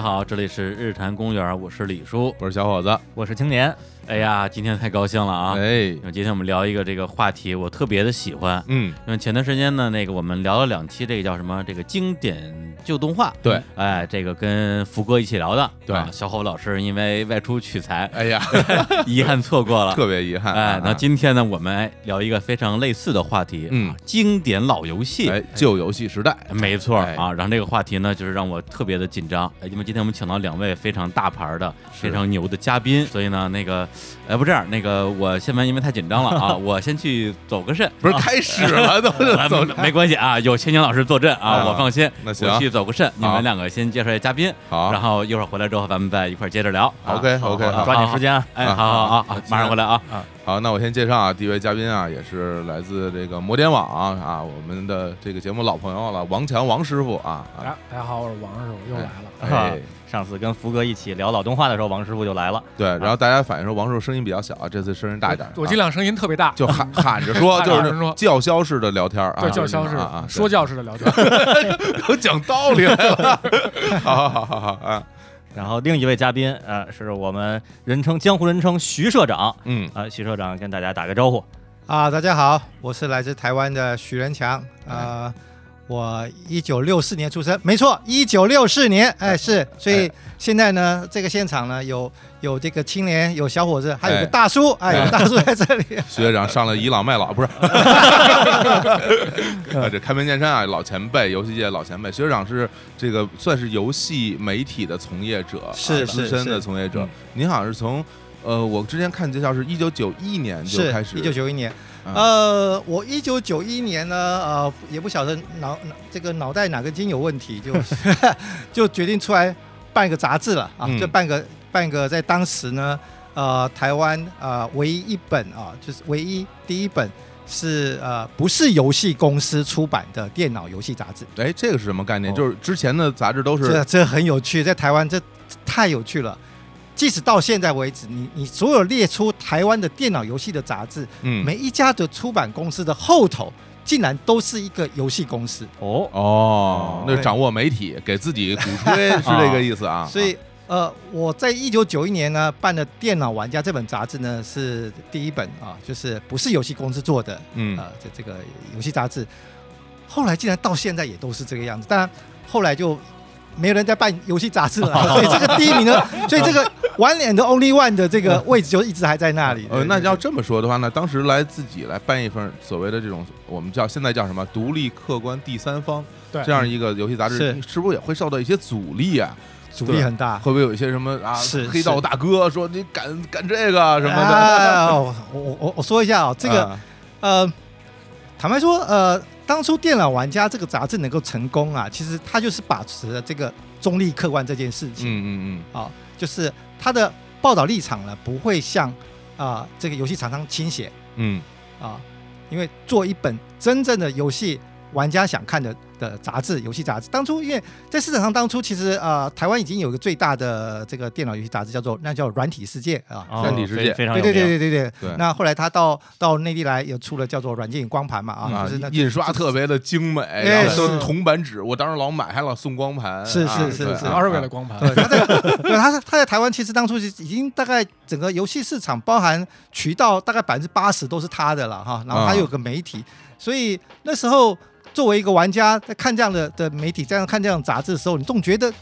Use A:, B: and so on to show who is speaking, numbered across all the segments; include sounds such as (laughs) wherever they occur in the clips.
A: 好，这里是日坛公园，我是李叔。
B: 我是小伙子，
C: 我是青年，
A: 哎呀，今天太高兴了啊！
B: 哎
A: 因，为今天我们聊一个这个话题，我特别的喜欢。
B: 嗯，
A: 因为前段时间呢，那个我们聊了两期这个叫什么这个经典旧动画，
B: 对，
A: 哎，这个跟福哥一起聊的，
B: 对
A: 啊小伙子老师因为外出取材，
B: 哎呀，
A: 遗憾错过
B: (laughs)
A: 了。
B: 特别遗憾啊，
A: 哎，那今天呢，我们哎聊一个非常类似的话题，
B: 嗯
A: 啊经典老游戏。
B: 哎旧游戏时代，
A: 没错
B: 哎
A: 啊，然后这个话题呢，就是让我特别的紧张，哎因为今天我们请到两位非常大牌的、非常牛的嘉宾，所以呢，那个，哎，不这样，那个我现在因为太紧张了
B: (laughs)
A: 啊，我先去走个肾，
B: 不是开始了都
A: 啊 (laughs)
B: 走
A: 没没关系啊，有千年老师坐镇啊，
B: 啊
A: 我放心，
B: 那行
A: 我去走个肾，你
B: 好
A: 们两个先介绍一下嘉宾，
B: 好
A: 然后一会儿回来之后咱们再一块儿接着聊。啊
B: ，OK
C: 好
B: OK，
C: 好
B: 好
C: 抓紧时间啊！
A: 哎，好
B: 啊
A: 好好好，马上回来啊！
B: 好，那我先介绍啊，第一位嘉宾啊，也是来自这个摩点网啊，我们的这个节目老朋友了，王强王师傅啊，啊
D: 啊，大家好，我是王师傅，又来了。
A: (laughs)
B: 哎，
C: 上次跟福哥一起聊老动画的时候，王师傅就来了。
B: 对，然后大家反映说王师傅声音比较小，这次声音大一点啊，
D: 我尽量声音特别大，
B: 就喊喊着说，
D: 喊
B: 就
D: 着
B: 是
D: 说
B: 叫嚣式的聊天啊，
D: 对，叫嚣式
B: 啊啊，
D: 的，
B: 对
D: 说教式的聊天。 (laughs)
B: 都讲道理来了， (laughs) 好好好好好啊，
C: 然后另一位嘉宾，呃，是我们人称江湖人称徐社长，
B: 嗯，
C: 啊，徐社长跟大家打个招呼。
E: 啊，大家好，我是来自台湾的许仁强，呃，我一九六四年出生，没错，一九六四年，哎，是，所以现在呢，这个现场呢，有有这个青年，有小伙子，还有
B: 哎
E: 个大叔，哎，有个大叔在这里，
B: 学长上来倚老卖
E: (laughs)
B: 老，不是？啊，这开门见山啊，老前辈，游戏界老前辈。学长是这个算是游戏媒体的从业者，啊
E: 是
B: 资
E: 是
B: 深的
E: 是
B: 从业者
C: 嗯。
B: 您好像是从呃，我之前看介绍是一九九一年就是开始，
E: 一九九一年，
B: 啊
E: 呃，我一九九一年呢，呃，也不晓得脑脑这个脑袋哪个筋有问
B: (laughs)
E: 题，就就决定出来办一个杂志了啊，
B: 嗯
E: 就办个办个在当时呢，呃，台湾呃唯一一本啊，就是唯一第一本是呃不是游戏公司出版的电脑游戏杂志，
B: 哎，这个是什么概念？
C: 哦
B: 就是之前的杂志都是
E: 这这很有趣，在台湾这这太有趣了。即使到现在为止，你你所有列出台湾的电脑游戏的杂志，
B: 嗯
E: 每一家的出版公司的后头，竟然都是一个游戏公司，
C: 哦，
B: 哦，那
E: 对
B: 掌握媒体，给自己鼓吹
E: (laughs)
B: 是这个意思啊。
E: 所以。呃，我在一九九一年呢办的《电脑玩家》这本杂志呢是第一本啊，就是不是游戏公司做的，
B: 嗯
E: 呃，这这个游戏杂志，后来竟然到现在也都是这个样子。当然，后来就没有人在办游戏杂志了，所以这个第一名呢，所以这个 One and Only One 的这个位置就一直还在那里。
B: 呃，
E: 对
B: 那要这么说的话呢，当时来自己来办一份所谓的这种我们叫现在叫什么独立客观第三方
D: 对
B: 这样一个游戏杂志，
E: 嗯是
B: 你是不是也会受到一些阻力啊？
E: 阻力很大。
B: 会不会有一些什么啊
E: 是
B: 黑道
E: 是
B: 大哥说你敢干这个什么的？
E: 啊，我我我我说一下啊、这个
B: 啊
E: 呃，坦白说，呃，当初《电脑玩家》这个杂志能够成功啊，其实它就是把持了这个中立客观这件事情
B: 嗯嗯
E: 啊、就是它的报道立场呢不会向啊、这个游戏厂商倾斜
B: 嗯
E: 啊、因为做一本真正的游戏玩家想看的的杂志，游戏杂志，当初因为在市场上当初其实啊、呃台湾已经有一个最大的这个电脑游戏杂志叫做那叫《软体世界》啊、
C: 哦
B: 三体世界
C: 非非常
E: 对
C: 有
E: 对
C: 名。
E: 对对对
B: 对
E: 对。那后来他到到内地来，也出了叫做软件与光盘嘛
B: 嗯
E: 啊，就是那
B: 印刷特别的精美，然后
E: 哎是
B: 都是铜版纸，我当时老买，还老送光盘，
E: 是
B: 啊
E: 是
B: 对
E: 是
B: 啊
D: 二位的光盘，
E: 对，他在 (laughs) 对他在他在台湾其实当初是已经大概整个游戏市场包含渠道大概百分之八十都是他的了哈，然后他有个媒体，所以那时候作为一个玩家在看这样的的媒体，这样看这样的杂志的时候，你总觉得。嘖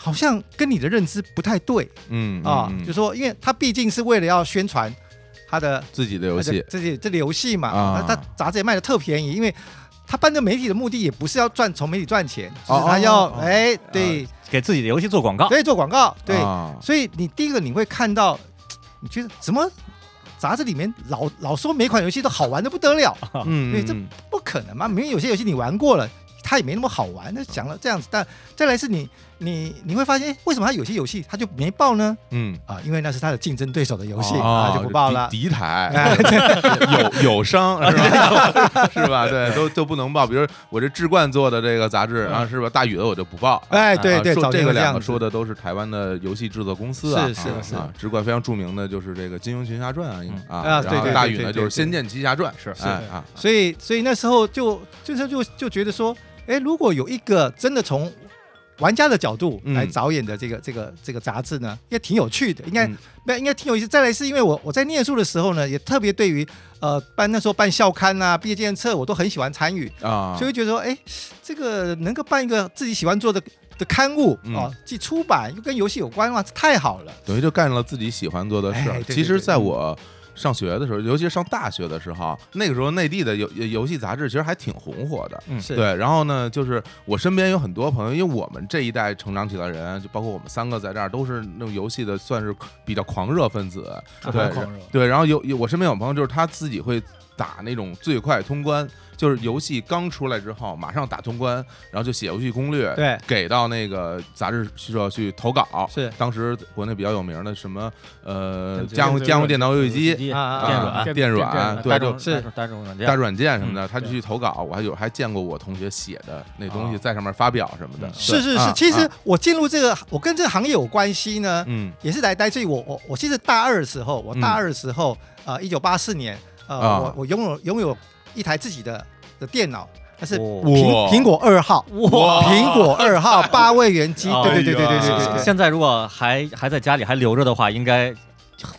E: 好像跟你的认知不太对
B: 嗯
E: 啊，
B: 嗯嗯
E: 就说，因为他毕竟是为了要宣传他的
B: 自己的游戏，
E: 啊这里这里游戏嘛，
B: 啊
E: 啊，他杂志也卖的特便宜，因为他办这媒体的目的也不是要赚从媒体赚钱，只
B: 哦
E: 是他要
B: 哦哦
E: 哎对
C: 给自己的游戏做广告。
E: 对做广告，对，
B: 啊
E: 所以你第一个你会看到，你觉得怎么杂志里面老老说每款游戏都好玩的不得了，
B: 嗯
E: 啊哎对这
B: 嗯
E: 不可能嘛，明明有些游戏你玩过了。它也没那么好玩，那讲了这样子，但再来是你，你你会发现，哎，为什么它有些游戏它就没报呢？
B: 嗯。
E: 啊，因为那是它的竞争对手的游戏、
B: 啊
E: 啊，就不报了。
B: 敌敌台，
E: 哎，
B: (laughs) 有有
E: (laughs)
B: 伤是吧？ (laughs) 是吧？对，都都不能报。比如我这志冠做的这个杂志，然后是吧？大宇的我就不报。
E: 嗯哎，对
B: 啊
E: 对，
B: 说
E: 早
B: 这
E: 年
B: 个
E: 会这
B: 两
E: 样
B: 个
E: 子
B: 说的都是台湾的游戏制作公司啊，
E: 是是
B: 啊
E: 是
B: 啊，志冠非常著名的就是这个《金庸群侠传》啊应该，啊
E: 啊
B: 然
E: 对
B: 后
E: 对
B: 大
E: 对
B: 宇
E: 对
B: 呢就
E: 对
B: 是《仙剑奇侠传》，
C: 是
B: 哎
D: 是
B: 啊，
E: 所以所以那时候就就是就就觉得说，哎，如果有一个真的从玩家的角度
B: 嗯
E: 来着眼的这个、这个这个杂志呢，也挺有趣的，应该
B: 嗯
E: 那、应该挺有意思。再来是因为我我在念书的时候呢，也特别对于呃办那时候办校刊啊、毕业纪念册，我都很喜欢参与，
B: 啊，
E: 所以觉得说，哎，这个能够办一个自己喜欢做的的刊物啊、
B: 嗯
E: 既出版又跟游戏有关的话，太好了。
B: 等于就干了自己喜欢做的事儿。
E: 哎对对
B: 其实，
E: 对
B: 在我上学的时候，尤其是上大学的时候，那个时候内地的游游游戏杂志其实还挺红火的。
C: 嗯
E: 是
B: 对，然后呢，就是我身边有很多朋友，因为我们这一代成长起来的人，就包括我们三个在这儿，都是那种游戏的，算是比较狂热分子。
D: 特别
B: 对
D: 狂热，
B: 对，然后有有我身边有朋友，就是他自己会打那种最快通关，就是游戏刚出来之后马上打通关，然后就写游戏攻略，
E: 对，
B: 给到那个杂志社去投稿。
E: 是
B: 当时国内比较有名的什么呃，
D: 电子
B: 家用
D: 电子
B: 家用电脑游戏机、
C: 机
E: 啊啊
C: 电
B: 啊
C: 软
D: 电
B: 电
D: 电
B: 软，
D: 软
B: 对，
C: 大
B: 就
C: 众大
E: 是
C: 众大众软
B: 大
C: 件，
B: 软件什么的，
E: 嗯
B: 他就去
D: 对
B: 投稿。我还有还见过我同学写的那东西在上面发表什么的
C: 嗯。
E: 啊是是
B: 啊
E: 是，其实
B: 啊
E: 我进入这个，我跟这个行业有关系呢，
B: 嗯
E: 也是来来自于我我我其实大二的时候，我大
B: 嗯
E: 二的时候，呃，一九八四年，呃，
B: 啊
E: 我我拥有拥有一台自己的的电脑，它是苹
B: 哇
E: 苹果二号，
B: 哇
E: 苹果二号八位
B: (laughs)
E: 元机，
C: 哦
E: 对对对对对对
B: 哎
E: 对
B: 呀
E: 对。
C: 现在如果还还在家里还留着的话，应该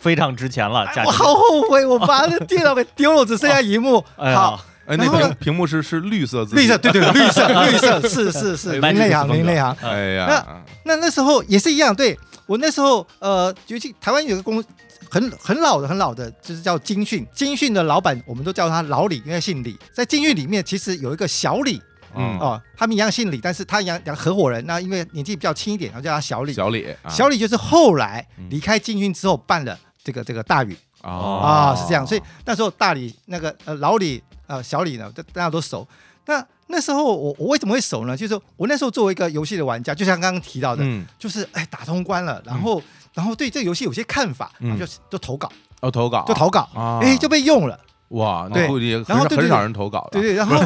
C: 非常值钱
B: 哎
C: 了。价
E: 哎我
C: 值
E: 好后悔，我把那电脑给丢了，只剩下荧幕。
C: 哎呀
E: 好，
B: (laughs) 哎，那
E: 然后
B: 屏
E: 呢
B: 屏幕是是绿色字体，
E: 绿色，对对，绿色，
B: (laughs)
E: 绿色，是
B: 哎
E: 是是，啊您内行，您内行。
B: 哎呀，
E: 那那时候也是一样，对我那时候呃，尤其台湾有个公很很老的很老的，就是叫金讯，金讯的老板我们都叫他老李，因为姓李。在金讯里面，其实有一个小李
B: 嗯
E: 哦、他们一样姓李，但是他一样两个合伙人，那因为年纪比较轻一点，然后叫他小李。
B: 小李，啊
E: 小李就是后来
B: 嗯
E: 离开金讯之后办了这个这个大宇
B: 哦
E: 啊、是这样，所以那时候大李那个呃老李呃小李呢，大大家都熟。那那时候我我为什么会熟呢？就是我那时候作为一个游戏的玩家，就像刚刚提到的，
B: 嗯，
E: 就是哎打通关了，然后、然后对这个游戏有些看法，
B: 嗯
E: 然后就就投稿，
B: 哦，投稿
E: 就投稿，
B: 啊，
E: 哎、就被用了，
B: 哇，那
E: 对
B: 估计很
E: 然后对对
B: 很
E: 对
B: 少人投稿的。
E: 对对，
B: (laughs)
E: 然后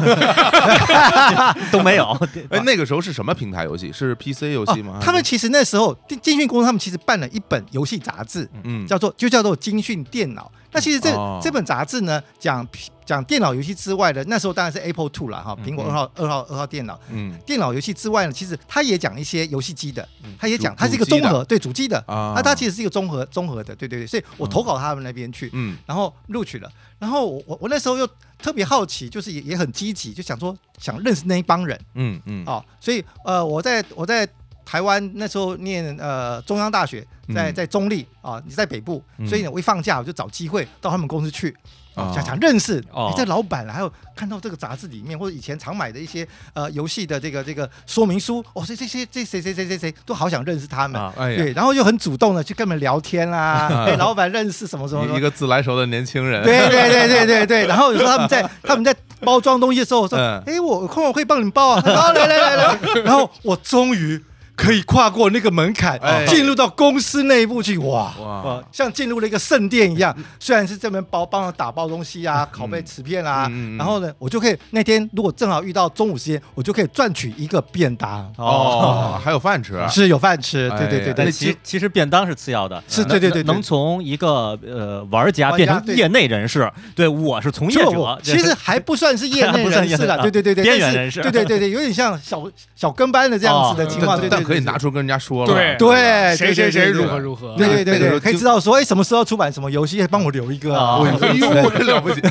C: 都没
E: (laughs)
C: 有。
B: 哎，那个时候是什么平台游戏？是 PC 游戏吗
E: 哦？他们其实那时候金金讯公司他们其实办了一本游戏杂志，
B: 嗯
E: 叫做就叫做金讯电脑。那其实这、
B: 哦
E: 这本杂志呢，讲讲电脑游戏之外的，那时候当然是 Apple Two 了哈，苹果
B: 嗯
E: 二号二号二号电脑。
B: 嗯
E: 电脑游戏之外呢，其实它也讲一些游戏机的，它也讲
B: 主
E: 它是一个
B: 主机
E: 综
B: 的
E: 合，对主机的，
B: 啊
E: 那它其实是一个综合综合的，对对对，所以
B: 哦
E: 我投稿他们那边去，
B: 嗯
E: 然后录取了。然后我我我那时候又特别好奇，就是也也很积极，就想说想认识那一帮人
B: 嗯嗯
E: 哦。所以呃，我在我在台湾那时候念呃中央大学，在
B: 嗯
E: 在中立啊，你、在北部，
B: 嗯
E: 所以呢，我一放假我就找机会到他们公司去。
B: 啊
E: 哦想想认识
C: 哦
E: 哎这老板，还有看到这个杂志里面或者以前常买的一些呃游戏的这个这个说明书，哦，这这些这谁谁谁谁谁都好想认识他们，
C: 啊
B: 哎呀，
E: 对，然后就很主动的去跟他们聊天啦、
B: 啊
E: 哎，老板认识什么什么什么
B: 一一个自来熟的年轻 (laughs) 人，
E: 对对对对对对。然后有时候他们在他们在包装东西的时候，我说
B: 嗯：“
E: 哎，我有空我会帮你们包啊。”然后来来来来，
B: (laughs)
E: 然后我终于可以跨过那个门槛
B: 哎，
E: 进入到公司内部去，哇！
B: 哇，
E: 像进入了一个圣殿一样，虽然是这边包帮我打包东西啊，拷贝磁片啊，
B: 嗯嗯嗯
E: 然后呢，我就可以那天如果正好遇到中午时间，我就可以赚取一个便当，
B: 哦，还有饭吃，
E: 是有饭吃，对对
B: 哎呀
E: 对
C: 对，
E: 对，
C: 其实其实便当是次要的，呃
E: 是
C: 能
E: 对对对对
C: 能从一个呃玩家
E: 玩
C: 变
E: 家
C: 成
E: 对
C: 业内人士，对我是从业
E: 就
C: 者，
E: 其实还不算是业
C: 还
E: 内
C: 不算
E: 人士
C: 业内啊
E: 了，对对对对，
C: 边缘
E: 但是
C: 人士
E: 对对对对，有点像小小跟班的这样子的
D: 哦
E: 情况，
B: 但
E: 对对
B: 但
E: 对，
B: 可以拿
E: 出。
B: 出跟人家说了，哎
D: 对
E: 对，
D: 谁
E: 对
D: 谁谁
E: 对对
D: 如何如何，啊
E: 对对
B: 那
E: 对
B: 个时
E: 对
B: 候
E: 对，可以
B: 经
E: 知道说，哎，什么时候出版什么游戏，哎帮我留一个啊。
B: 哎
E: 我
B: 呦，
E: 也
B: 这 (laughs) 了不起！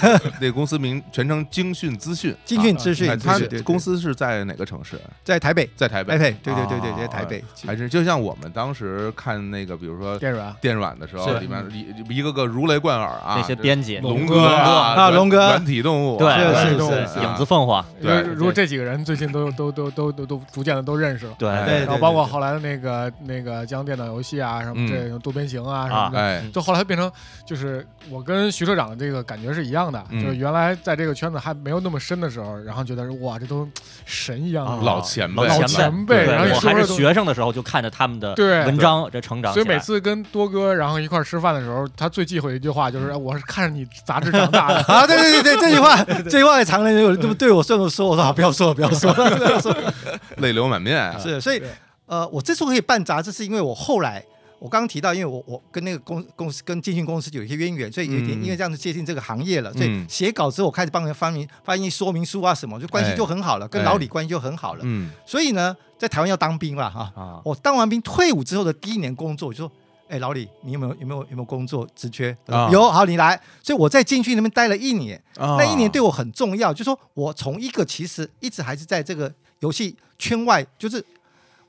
B: 那公司名全称京讯资讯，
E: 金讯资
B: 哎
E: 讯，
B: 他
E: 对对对
B: 公司是在哪个城市？
E: 在台北，
B: 在台北
E: 台。北，对对对对对，
B: 哦
E: 台北。
B: 还真就像我们当时看那个，比如说
D: 电软啊
B: 电软的时候，
C: 是
B: 里面一一个个如雷贯耳啊，
C: 那些编辑
B: 龙
D: 龙
B: 哥
D: 哥
E: 啊
B: 软
E: 龙哥
B: 软体动物，
C: 对
B: 啊
E: 是
B: 软体
E: 是
B: 动物
E: 是
B: 啊
C: 影子凤凰，
B: 对
D: 如果这几个人最近都都都都都都逐渐的都认识了。
C: 对
B: 哎
E: 对。
D: 然后包括后来的那个那个将电脑游戏啊，什
B: 嗯
D: 么这种多边形啊什么的，
C: 嗯
B: 哎，
D: 就后来变成就是我跟徐社长的这个感觉是一样的，
B: 嗯
D: 就是原来在这个圈子还没有那么深的时候，然后觉得哇，这都神一样
C: 啊
D: 的。
B: 老前辈
C: 老
D: 老
C: 前
D: 前辈
C: 对
B: 然后
C: 我
D: 说
C: 还是
D: 的都
C: 学生的时候就看着他们的
D: 对
C: 文章这成长起
D: 所
C: 来，
D: 以每次跟多哥然后一块儿吃饭的时候，他最忌讳的一句话
B: 嗯
D: 就是哎我是看着你杂志长
B: (laughs)
D: 大的
E: 啊，对对对对，这句话，这句话常人有对对我顺着说，我说好，不要说了，不要说了，不要说了。
B: 泪流满面，啊
E: 是，所以
D: 对
E: 呃，我之所以办杂志，是因为我后来我刚刚提到，因为我我跟那个公公司跟电讯公司有一些渊源，所以有一点
B: 嗯
E: 因为这样子接近这个行业了，所以
B: 嗯
E: 写稿之后我开始帮人翻译翻译说明书啊什么，就关系就很好了，跟
B: 哎
E: 老李关系就很好了。
B: 嗯哦
E: 所以呢，在台湾要当兵了哈、
C: 啊，
E: 我当完兵退伍之后的第一年工作，我就说，哎，老李，你有没有有没有有没有工作职缺？他说
B: 啊
E: 有，好，你来。所以我在进去那边待了一年，
B: 啊
E: 那一年对我很重要，就说我从一个其实一直还是在这个游戏圈外，就是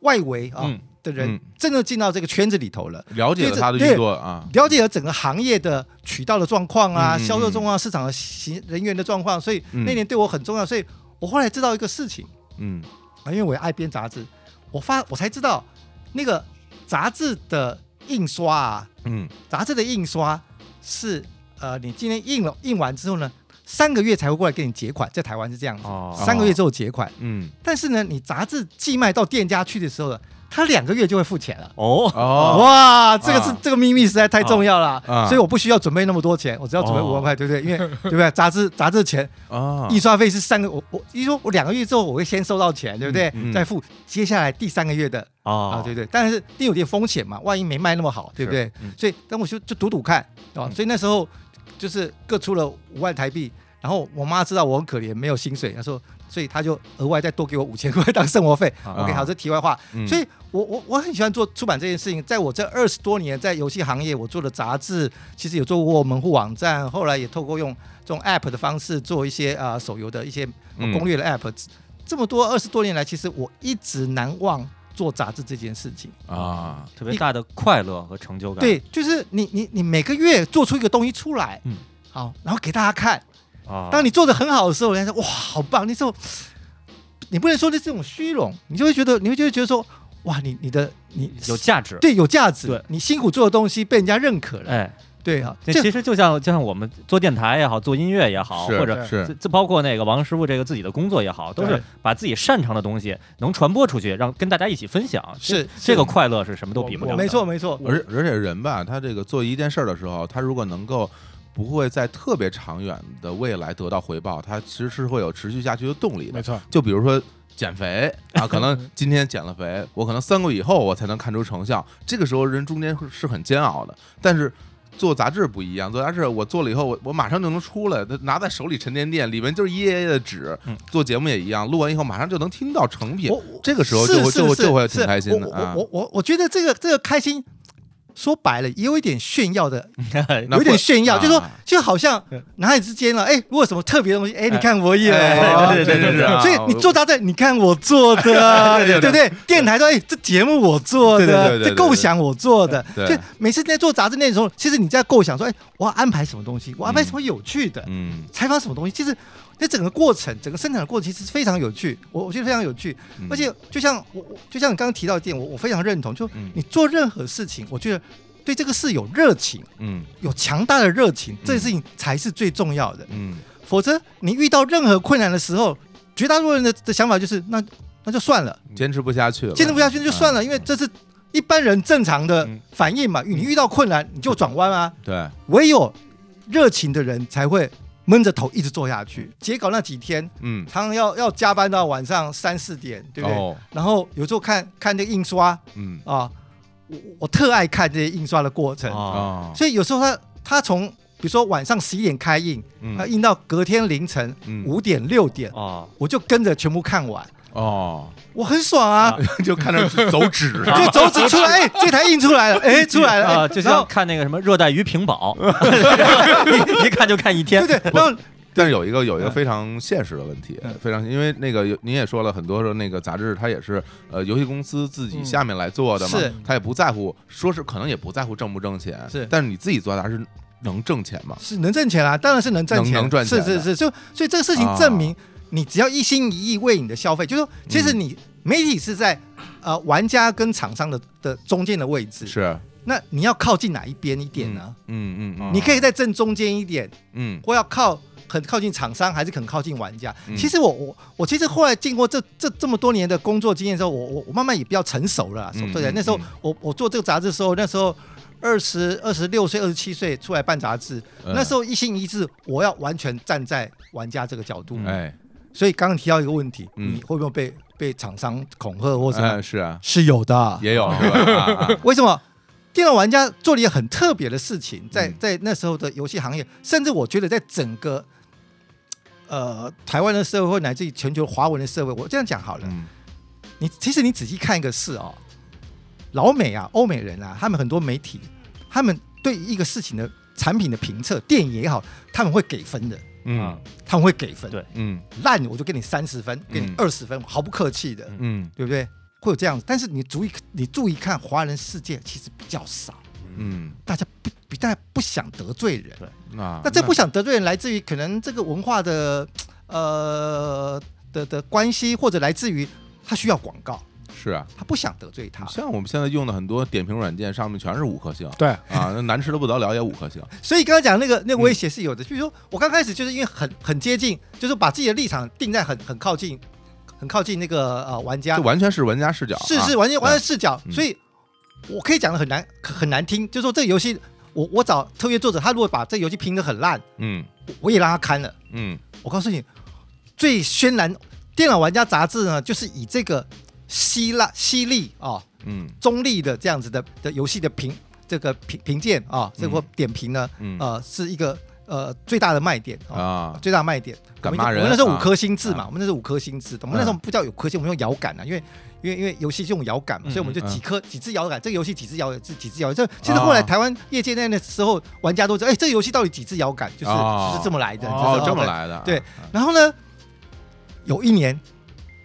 E: 外围啊、
B: 嗯
E: 的人，
B: 嗯
E: 真的进到这个圈子里头了。
B: 了解了
E: 对
B: 他的
E: 对
B: 运作啊，
E: 了解了整个行业的渠道的状况啊，
B: 嗯嗯嗯
E: 销售状况、市场的行人员的状况，所以
B: 嗯
E: 那年对我很重要。所以我后来知道一个事情，
B: 嗯
E: 啊，因为我也爱编杂志，我发我才知道那个杂志的印刷啊，
B: 嗯
E: 杂志的印刷是呃，你今天印了印完之后呢，三个月才会过来给你结款，在台湾是这样子，
C: 哦
E: 三个月之后结款。
B: 嗯
E: 但是呢，你杂志寄卖到店家去的时候呢，他两个月就会付钱了。
C: 哦，
B: 哦
E: 哇，这个是、
B: 啊
E: 这个秘密实在太重要了，
B: 啊
E: 所以我不需要准备那么多钱，我只要准备
C: 哦
E: 五万块，对不对？因为对不对？杂志杂志钱
B: 啊
E: 印刷费是三个，我我一说我两个月之后我会先收到钱，对不对？
B: 嗯嗯
E: 再付接下来第三个月的啊，
C: 啊
E: 对对，但是定有点风险嘛，万一没卖那么好，对不对？
B: 嗯
E: 所以，但我就就赌赌看
C: 嗯
E: 啊，所以那时候就是各出了五万台币，然后我妈知道我很可怜，没有薪水，她说，所以她就额外再多给我五千块当生活费。
C: 啊
E: OK，好，这题外话，
B: 嗯
E: 所以我我我很喜欢做出版这件事情，在我这二十多年在游戏行业，我做的杂志，其实有做过门户网站，后来也透过用这种 App 的方式做一些啊、呃手游的一些
B: 嗯
E: 攻略的 App、这么多二十多年来，其实我一直难忘做杂志这件事情。
B: 啊
C: 特别大的快乐和成就感。
E: 对，就是你你你每个月做出一个东西出来，
C: 嗯
E: 好，然后给大家看。
C: 啊，
E: 当你做的很好的时候，人家说哇，好棒！那时候你不能说的这种虚荣，你就会觉得你会就会觉得说哇，你你的你
C: 有价值，
E: 对，有价值
C: 对。
E: 你辛苦做的东西被人家认可了，
C: 哎，
E: 对啊，
C: 那
E: 这
C: 其实就像就像我们做电台也好，做音乐也好，
B: 是
C: 或者
B: 是
C: 这这包括那个王师傅这个自己的工作也好，都是
E: 对
C: 把自己擅长的东西能传播出去，让跟大家一起分享。这
E: 是
C: 这个快乐是什么都比不了的。
E: 没错没错，
B: 而而且人吧，他这个做一件事儿的时候，他如果能够不会在特别长远的未来得到回报，他其实是会有持续下去的动力
D: 没
B: 的。
D: 错，
B: 就比如说减肥啊，可
E: (laughs)
B: 能今天减了肥，我可能三个月以后我才能看出成效，这个时候人中间是是很煎熬的。但是做杂志不一样，做杂志我做了以后，我我马上就能出来，它拿在手里沉甸甸，里面就是一页页的纸
C: 嗯。
B: 做节目也一样，录完以后马上就能听到成品
E: 我，我
B: 这个时候就是会
E: 是
B: 就会
E: 是
B: 就会
E: 是
B: 挺开心的
E: 我
B: 啊
E: 我我我我觉得这个这个开心。说白了，也有一点炫耀的，
B: 嗯那
E: 有一点
B: 会
E: 炫耀，
B: 啊
E: 就说就好像
C: 嗯
E: 男孩之间了，哎，如果有什么特别的东西，哎，你
C: 哎
E: 看我也，
B: 哎啊
C: 对对对
B: 对对
E: 所以你做杂志，你看我做的啊，
B: (laughs) 对对
E: 对
B: 对
E: 不对？电台说，哎，这节目我做
B: 对对对
E: 的，
B: 对对
E: 这构想我做的，
B: 对
E: 就每次在做杂志内容的时候，其实你在构想说，哎，我要安排什么东西，我安排什么有趣的，
B: 嗯
E: 采访什么东西，其实那整个过程，整个生产的过程其实是非常有趣，我我觉得非常有趣，
B: 嗯
E: 而且就像我我就像你刚刚提到一点，我我非常认同，就
B: 嗯
E: 你做任何事情，我觉得对这个事有热情，
B: 嗯
E: 有强大的热情，这件事情才是最重要的，
B: 嗯
E: 否则你遇到任何困难的时候，绝大多数人的的想法就是那那就算了，
B: 坚持不下去了，
E: 嗯坚持不下去就算
B: 嗯
E: 了，因为这是一般人正常的
C: 嗯
E: 反应嘛，你遇到困难你就转弯啊。
B: 对，
E: 唯有热情的人才会闷着头一直做下去。截稿那几天，
B: 嗯，
E: 常常要要加班到晚上三四点，对不对？
B: 哦，
E: 然后有时候看看那个印刷
B: 嗯
E: 啊，我我特爱看这些印刷的过程，
C: 啊，
B: 哦，
E: 所以有时候他他从比如说晚上十一点开印，
B: 嗯
E: 他印到隔天凌晨
B: 嗯
E: 五点六点，
C: (laughs) 哦，
E: 我就跟着全部看完，
B: 哦，
E: 我很爽啊
C: 啊！
B: (laughs) 就看着走纸上，
E: (laughs) 就手指出来，哎，这台印出来了，哎， (laughs) 出来了，哎
C: 啊，就
E: 然
C: 像
E: 后
C: 看那个什么《热带鱼屏
E: (laughs)
C: 保》，一一看就看一天。
E: 对对，然后
B: 但是有一个有一个
E: 嗯
B: 非常现实的问题
E: 嗯，
B: 非常因为那个有您也说了很多时候那个杂志它也是呃游戏公司自己
D: 嗯
B: 下面来做的嘛
E: 是，
B: 他也不在乎，说是可能也不在乎挣不挣钱，
E: 是
B: 但是你自己做杂志能挣钱吗？
E: 是能挣钱啊，当然是能挣钱，
B: 能能赚钱的啊
E: 是是是，就所以这个事情证明，你只要一心一意为你的消费，就是说，
B: 嗯
E: 其实你媒体是在呃玩家跟厂商的的中间的位置，
B: 是啊
E: 那你要靠近哪一边一点呢？？
B: 嗯嗯嗯，
E: 你可以在正中间一点，
B: 嗯
E: 或要靠很靠近厂商，还是很靠近玩家？
B: 嗯
E: 其实我我我其实后来经过这这这么多年的工作经验之后，我我我慢慢也比较成熟了啦。
B: 嗯
E: 说对、
B: 嗯
E: 那时候
B: 嗯
E: 我我做这个杂志的时候，那时候二十二十六岁、二十七岁出来办杂志，
B: 嗯
E: 那时候一心一致，我要完全站在玩家这个角度。
B: 哎
E: 所以刚刚提到一个问题，
B: 嗯
E: 你会不会被被厂商恐吓或什么？
B: 哎是啊，
E: 是有的。 (laughs)
B: 也有是吧？啊啊
E: 为什么？电脑玩家做了一个很特别的事情，在
B: 嗯
E: 在那时候的游戏行业，甚至我觉得在整个呃台湾的社会乃至于全球华文的社会，我这样讲好了，
B: 嗯
E: 你其实你仔细看一个事哦，老美啊、欧美人啊，他们很多媒体，他们对一个事情的产品的评测，电影也好，他们会给分的，
B: 嗯
E: 他们会给分。
C: 对
B: 嗯
E: 烂我就给你三十分，给你
B: 嗯
E: 二十分，我毫不客气的，
C: 嗯
B: 嗯
E: 对不对？会有这样子，但是你注意，你注意看，华人世界其实比较少，
B: 嗯，啊
E: 大家不比大家不想得罪人。
B: 那
E: 那这不想得罪人，来自于可能这个文化的呃的的关系，或者来自于他需要广告，
B: 是啊，
E: 他不想得罪他，
B: 像我们现在用的很多点评软件上面全是五颗星
D: 对，
B: 啊，那难吃的不得了也五颗星，
E: 所以刚刚讲那个那个威胁是有的。比如说我刚开始就是因为很很接近，就是把自己的立场定在很很靠近，很靠近那个呃玩家
B: 这，完全是玩家视角，啊
E: 是是，完全完全
B: 对
E: 视角，
B: 嗯
E: 所以我可以讲的很难很难听，就是说这个游戏，我我找特约作者，他如果把这个游戏评的很烂，
B: 嗯
E: 我我也让他看了。
B: 嗯
E: 我告诉你，最轩然电脑玩家杂志呢，就是以这个犀利犀利啊、
B: 嗯
E: 中立的这样子的的游戏的评这个评评鉴啊，这个点评呢，
B: 嗯
E: 呃，是一个呃最大的卖点啊。
B: 啊，
E: 最大卖点，
B: 敢
E: 我们
B: 骂人
E: 我们那时候
B: 啊
E: 五颗星制嘛，
B: 啊
E: 我们那时候五颗星制，我们那时候不叫有颗星，我们用摇杆啊，因为因为因为游戏是用摇杆嘛，
C: 嗯
E: 所以我们就
B: 嗯
E: 几颗、几只摇杆，这个游戏几只摇杆，这几只摇杆。这其实后来
B: 啊
E: 台湾业界那那时候玩家都知道，哎，这个游戏到底几只摇杆，就是、
B: 哦
E: 就是这么来的，
B: 哦
E: 就是
B: 这么。来的，
E: 对，然后呢，有一年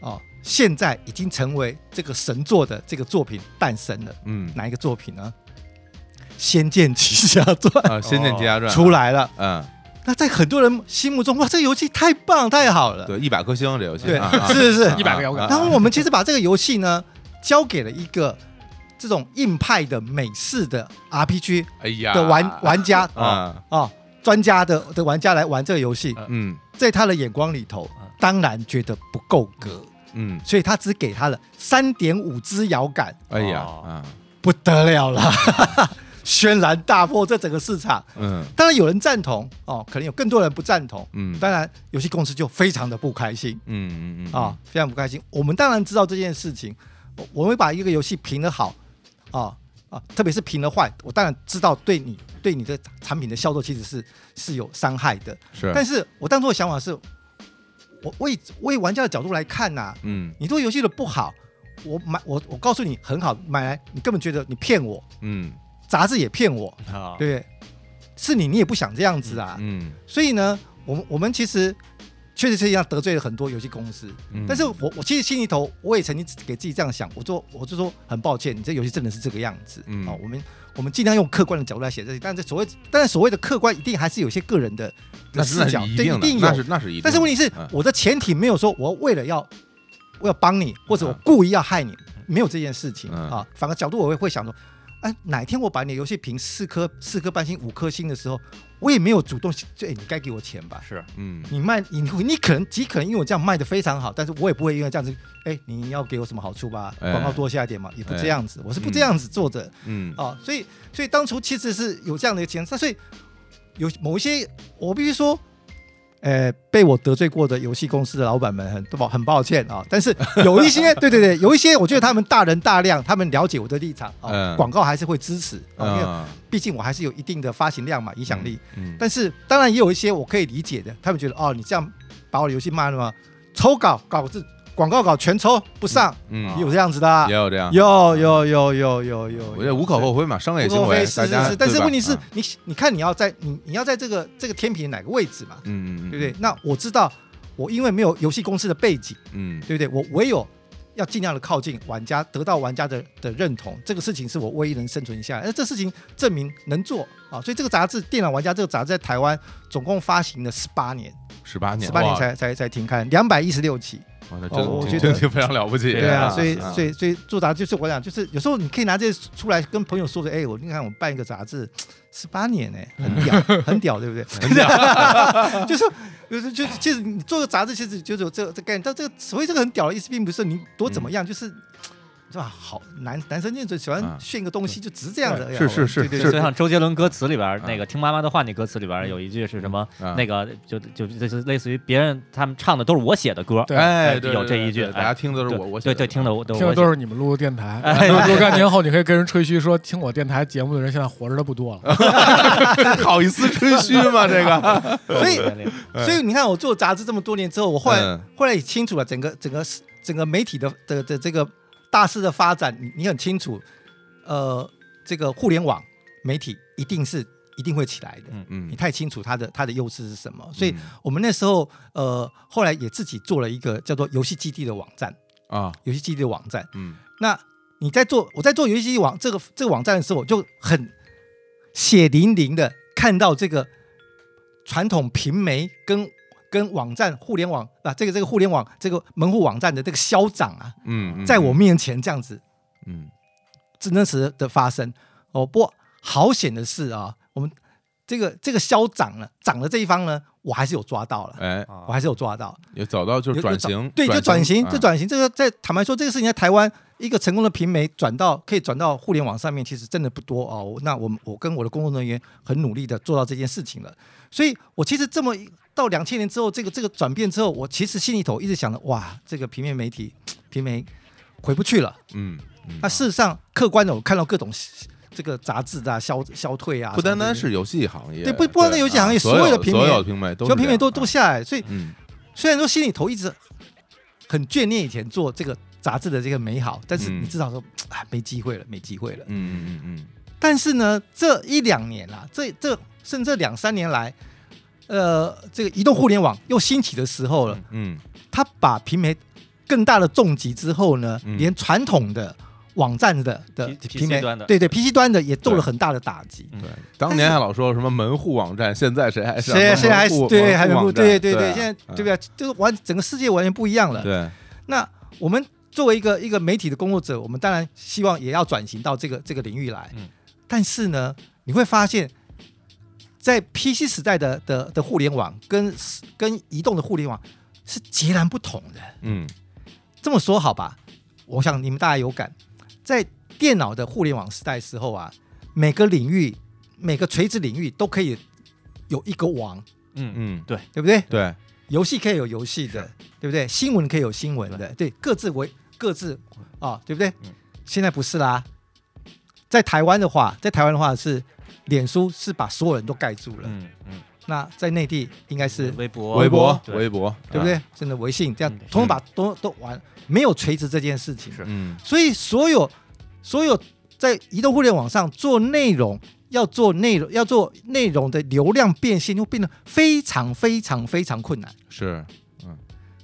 E: 哦，现在已经成为这个神作的这个作品诞生了，
B: 嗯
E: 哪一个作品呢？《仙剑奇侠传》
B: 啊，《仙剑奇侠传》
E: 哦出，来了。
B: 嗯，
E: 那在很多人心目中，哇，这个游戏太棒太好了。
B: 对，一百颗星这游戏，
E: 对
B: 啊啊
E: 是是
B: 啊
D: 100个摇杆
B: 啊
E: 然后我们其实把这个游戏呢，交给了一个这种硬派的美式的 RPG
B: 哎呀
E: 的玩、玩家
B: (laughs)
E: 啊、
B: 啊，
E: 哦专家的的玩家来玩这个游戏，
B: 嗯
E: 在他的眼光里头
C: 嗯，
E: 当然觉得不够格，
B: 嗯，
E: 所以他只给他了三点五只摇杆，
B: 哎呀
C: 哦
B: 啊，
E: 不得了了，轩然大破这整个市场。
B: 嗯
E: 当然有人赞同哦，可能有更多人不赞同，
B: 嗯
E: 当然游戏公司就非常的不开心。
B: 嗯嗯嗯
E: 啊，，非常不开心。我们当然知道这件事情，我我们把一个游戏评的好，啊啊，特别是评的坏，我当然知道对你对你的产品的销售其实是是有伤害的。
B: 是，
E: 但是我当初的想法是，我我以我以玩家的角度来看呐、
B: 嗯
E: 你做游戏的不好，我买我我告诉你很好，买来你根本觉得你骗我，
B: 嗯
E: 杂志也骗我，
C: 啊，
E: 对不对？是你，你也不想这样子啊。
B: 嗯，
E: 所以呢，我们我们其实确实是一样得罪了很多游戏公司，
B: 嗯
E: 但是我我其实心里头我也曾经给自己这样想，我说我就说很抱歉，你这游戏真的是这个样子，
B: 嗯
E: 啊、我们我们尽量用客观的角度来写这些，但是所谓但是所谓的客观一定还是有些个人的
B: 那
E: 的
B: 是
E: 视
B: 那是
E: 角，
B: 一
E: 对，
B: 定
E: 一
B: 的
E: 定
B: 那是
E: 有，
B: 那是一定的，
E: 但是问题是
B: 嗯
E: 我的前提没有说我为了要我要帮你，或者我故意要害你，没有这件事情
B: 嗯
E: 啊，反而角度我会会想说。哎，哪天我把你的游戏评四颗四颗半星五颗星的时候，我也没有主动，哎，你该给我钱吧？
C: 是
B: 嗯
E: 你卖你你可能极可能因为我这样卖的非常好，但是我也不会因为这样子，哎，你要给我什么好处吧？
B: 哎
E: 广告多下一点嘛，也不
B: 哎
E: 这样子，我是不这样子做的
B: 嗯
E: 哦。所以所以当初其实是有这样的一个情况，所以有某一些我必须说。呃，被我得罪过的游戏公司的老板们很抱很抱歉啊、但是有
B: (laughs)
E: 一些，对对对，有一些，我觉得他们大人大量，他们了解我的立场啊、
B: 嗯
E: 广告还是会支持啊、因为
B: 啊，
E: 毕竟我还是有一定的发行量嘛，影响力。
B: 嗯，
E: 但是当然也有一些我可以理解的，他们觉得哦，你这样把我的游戏卖了吗？抽稿稿子广告稿全抽不上，
B: 嗯
E: 也有这样子的啊、
B: 也有这样，
E: 有有有有有有，
B: 我觉得无可厚非嘛，商业
E: 无
B: 行
E: 可
B: 为，
E: 非
B: 大
E: 是是
B: 家
E: 是，但
B: 对
E: 是
B: 吧
E: 问题是
B: 啊，
E: 你你看你要在你你要在这个这个天平哪个位置嘛，
B: 嗯嗯，
E: 对不对？那我知道我因为没有游戏公司的背景，
B: 嗯？嗯
E: 对不对？我唯有要尽量的靠近玩家，得到玩家的的认同，这个事情是我唯一能生存下来。而这事情证明能做啊，所以这个杂志《电脑玩家》这个杂志在台湾总共发行了十八年，
B: 十八年，
E: 十八年
B: 哇
E: 才才才停刊，两百一十六期。
B: 哇，那
E: 哦我
B: 真
E: 觉
B: 真
E: 得
B: 挺非常了不起，
E: 对啊，所以
B: 啊
E: 所以所以做杂志就是我讲，就是有时候你可以拿这些出来跟朋友说的，哎，我你看我办一个杂志，十八年哎、很屌，很屌，
B: (laughs)
E: 对不对？ (laughs) 就是就是就是，其实你做个杂志，其实就是有这这概念。但这个所谓这个很屌的意思，并不是你多怎么样，就是是吧？好男男生就喜欢
B: 嗯
E: 炫个东西，就只是这样的。
B: 是是是
E: 啊对对
B: 是嗯
C: 就像周杰伦歌词里边儿
B: 啊
C: 那个“听妈妈的话”那歌词里边儿有一句是什么？
B: 啊
C: 那个就就就就类似于别人他们唱的都是我写的歌，
D: 对
B: 哎，对
C: 有
B: 对
C: 这
B: 对
C: 一句
B: 对大
C: 哎
B: 家听的都
C: 对
B: 是我我
C: 对
B: 写的
C: 对，听的我都
D: 听的
C: 我
D: 都
C: 写
D: 是你们录的电台
C: 哎。
D: 若干年后，你可以跟人吹嘘说，听我电台节目的人现在活着的不多
B: (laughs)
D: 了。
B: 哎好意思吹嘘吗？这
C: (laughs)
B: 个
E: 所以
C: 对对对
E: 所以你看，我做杂志这么多年之后，我后来、
B: 哎嗯
E: 后来也清楚了整个整个整个媒体的的的这个大势的发展，你你很清楚，呃，这个互联网媒体一定是一定会起来的，
C: 嗯
E: 你
B: 嗯，
E: 太清楚它的它的优势是什么，所以
B: 嗯
E: 我们那时候呃后来也自己做了一个叫做游戏基地的网站，
B: 啊，
E: 游戏基地的网站。
B: 嗯
E: 那你在做我在做游戏基地网这个这个网站的时候，我就很血淋淋的看到这个传统平媒跟跟网站互联网啊，这个这个互联网这个门户网站的这个消长啊，
B: 嗯，嗯
E: 在我面前这样子
B: 嗯
E: 真实的发生。哦，不过好险的是啊，我们这个这个消长了，涨的这一方呢，我还是有抓到了，
B: 哎，
E: 我还是有抓到。
B: 也找到就是
E: 有
B: 转型，
E: 对，就转型，就
B: 啊
E: 转型。这个在坦白说，这个事情在台湾一个成功的平媒转到可以转到互联网上面，其实真的不多哦。那我们我跟我的工作人员很努力的做到这件事情了，所以我其实这么一到两千年之后，这个这个转变之后，我其实心里头一直想着，哇，这个平面媒体平媒回不去了。
B: 嗯，嗯
E: 那事实上，客观的我看到各种这个杂志啊消消退啊，
B: 不单单
E: 什么
B: 是游戏行业，
E: 对不不光是游戏行
B: 啊
E: 业所
B: 所
E: 有的
B: 平
E: 平
B: 所
E: 面
B: 有平面
E: 这
B: 都
E: 些，只要
B: 是
E: 平媒都
B: 这
E: 都
B: 样啊
E: 下来，所以
B: 嗯
E: 虽然说心里头一直很眷恋以前做这个杂志的这个美好，但是
B: 嗯
E: 你至少说、啊没机会了，没机会了。
B: 嗯嗯嗯
E: 但是呢，这一两年啦，这这甚至两三年来，呃，这个移动互联网又兴起的时候了，
B: 嗯
E: 它把平媒更大的重击之后呢，
B: 嗯
E: 连传统的网站的的
C: P-
E: 平媒
C: PC 端的
E: 对对 PC 端的也受了
B: 对
E: 很大的打击。
B: 嗯，
C: 嗯
B: 对，当年还老说什么门户网站，现在谁还上
E: 谁
B: 门
E: 谁还
B: 户
E: 对
B: 门
E: 还
B: 户
E: 不
B: 网
E: 对
B: 站
E: 对
B: 对
E: 对，现在
B: 啊
E: 对不对？就是完整个世界完全不一样了。
B: 对，
E: 那我们作为一个一个媒体的工作者，我们当然希望也要转型到这个这个领域来。
C: 嗯
E: 但是呢，你会发现，在 PC 时代的的的互联网跟跟移动的互联网是截然不同的。
B: 嗯
E: 这么说好吧，我想你们大家有感，在电脑的互联网时代时候啊，每个领域每个垂直领域都可以有一个王，
C: 嗯，
B: 嗯
E: 对不对？
B: 对，
E: 游戏可以有游戏的，对不对？新闻可以有新闻的，对，各自为各自啊、对不对？
C: 嗯
E: 现在不是啦，在台湾的话，在台湾的话是脸书是把所有人都盖住了，
C: 嗯嗯，
E: 那在内地应该是
C: 微博
B: 微博
C: 对
B: 微博
E: 对不？对？甚至微信这样
C: 嗯，
E: 通通把都都完，没有垂直这件事情。
C: 是
B: 嗯
E: 所以所有所有在移动互联网上做内容，要做内容，要做内容的流量变现，就变得非常非常非常困难。
B: 是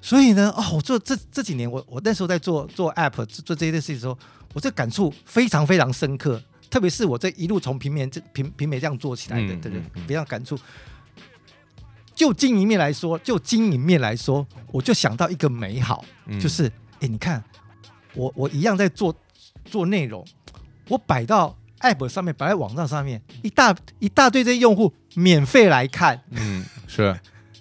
E: 所以呢，哦，我做这这几年，我我那时候在做做 app 做做这些事情的时候，我这感触非常非常深刻。特别是我这一路从平面这平平媒这样做起来的，
B: 嗯
E: 对对
B: 嗯嗯，
E: 非常感触。就经营面来说，就经营面来说，我就想到一个美好，
B: 嗯
E: 就是哎，你看，我我一样在做做内容，我摆到 app 上面，摆在网站上面，一大一大堆这些用户免费来看，
B: 嗯
E: (laughs)
B: 是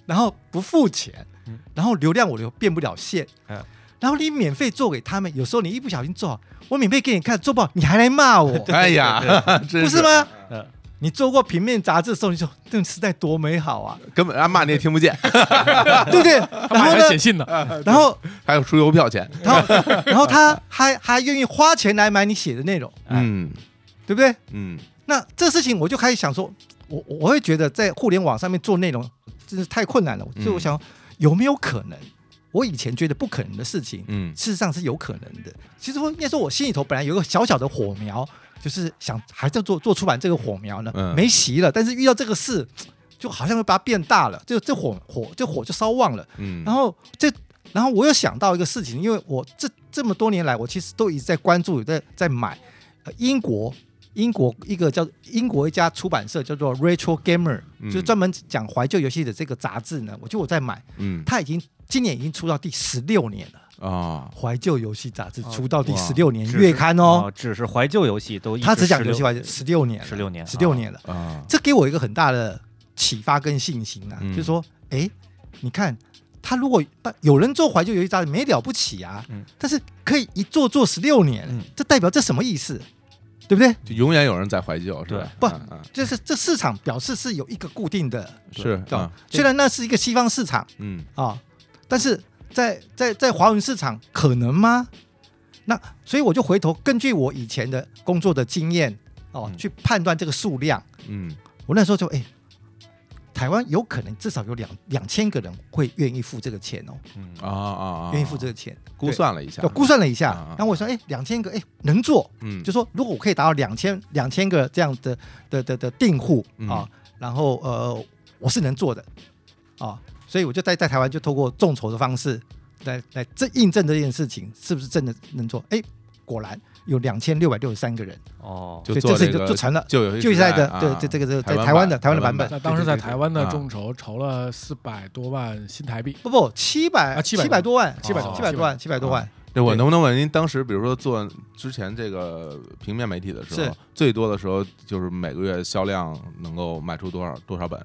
E: 然后不付钱
C: 嗯，
E: 然后流量我又变不了线
C: 嗯，
E: 然后你免费做给他们，有时候你一不小心做好，我免费给你看，做不好你还来骂我，
B: 哎呀， (laughs) 真
E: 不是？吗？
C: 嗯
E: 你做过平面杂志的时候，你说这时代多美好啊，
B: 根本啊骂你也听不见，
E: 对不对？
D: 他
E: 然
D: 们
E: 后
D: 还
E: 呢
D: 写？信呢，
B: 啊
E: 然后，
B: 还有出邮票钱，
E: 然后，然后他还还愿意花钱来买你写的内容，
B: 嗯
E: 对不对？
B: 嗯
E: 那这事情我就开始想说，我我我会觉得在互联网上面做内容真是太困难了，所以我想有没有可能，我以前觉得不可能的事情，
B: 嗯
E: 事实上是有可能的。其实我应该说，我心里头本来有一个小小的火苗，就是想还在做做出版这个火苗呢，
B: 嗯
E: 没熄了。但是遇到这个事，就好像会把它变大了，就这火火这火就烧旺了。
B: 嗯，
E: 然后这，然后我又想到一个事情，因为我这这么多年来，我其实都一直在关注，在在买、呃英国。英国一个叫英国一家出版社叫做 Retro Gamer，、
B: 嗯
E: 就是专门讲怀旧游戏的这个杂志呢，我就我在买，
B: 嗯
E: 它已经今年已经出到第十六年了。
B: 啊
E: 怀旧游戏杂志
C: 哦
E: 出到第
B: 哇
E: 十六年
C: 只是
E: 月刊哦，
C: 哦，只是怀旧游戏都一直
E: 他只讲游戏
C: 16
E: 怀旧十六年了，
C: 16年
E: 十六年了，
B: 啊
E: 这给我一个很大的启发跟信心啊，
B: 嗯
E: 就是说，哎，你看他如果办有人做怀旧游戏杂志没了不起啊，
B: 嗯
E: 但是可以一做做十六年，
B: 嗯
E: 这代表这什么意思？对不对？
B: 就永远有人在怀旧，是吧？
E: 不
B: 嗯嗯
E: 就是这市场表示是有一个固定的，
B: 是
E: 对
B: 嗯
E: 虽然那是一个西方市场
B: 嗯，
E: 啊、但是在在在华文市场可能吗？那所以我就回头根据我以前的工作的经验哦，
B: 嗯
E: 去判断这个数量。
B: 嗯，
E: 我那时候就哎，台湾有可能至少有两两千个人会愿意付这个钱哦，
B: 嗯啊啊啊，
E: 愿意付这个钱。
B: 估算了一下，
E: 我估算了一下
B: 啊啊，
E: 然后我说哎，两千个哎能做，
B: 嗯，
E: 就说如果我可以达到两千两千个这样的的的的订户
B: 嗯
E: 啊，然后呃我是能做的啊，所以我就在在台湾就透过众筹的方式来来这印证这件事情是不是真的能做？哎，果然有两千六百六十三个人，
C: 哦，
B: 就
E: 所以
B: 做
E: 这
B: 这
E: 事情就
B: 个
E: 就传了。
B: 就有
E: 就
B: 一
E: 现在的
B: 啊
E: 对这这个这个在
B: 台
E: 台湾的台湾的
B: 版
E: 版本
D: 那当时在台湾的
B: 啊
D: 众筹筹了四百多万新台币，
E: 不不，七百
D: 啊700
E: 七百多万，
D: 700
C: 多
E: 七百多万，嗯七百多万，
B: 对我
E: 对
B: 能不能问您，当时比如说做之前这个平面媒体的时
E: 是
B: 候，最多的时候就是每个月销量能够卖出多少多少本？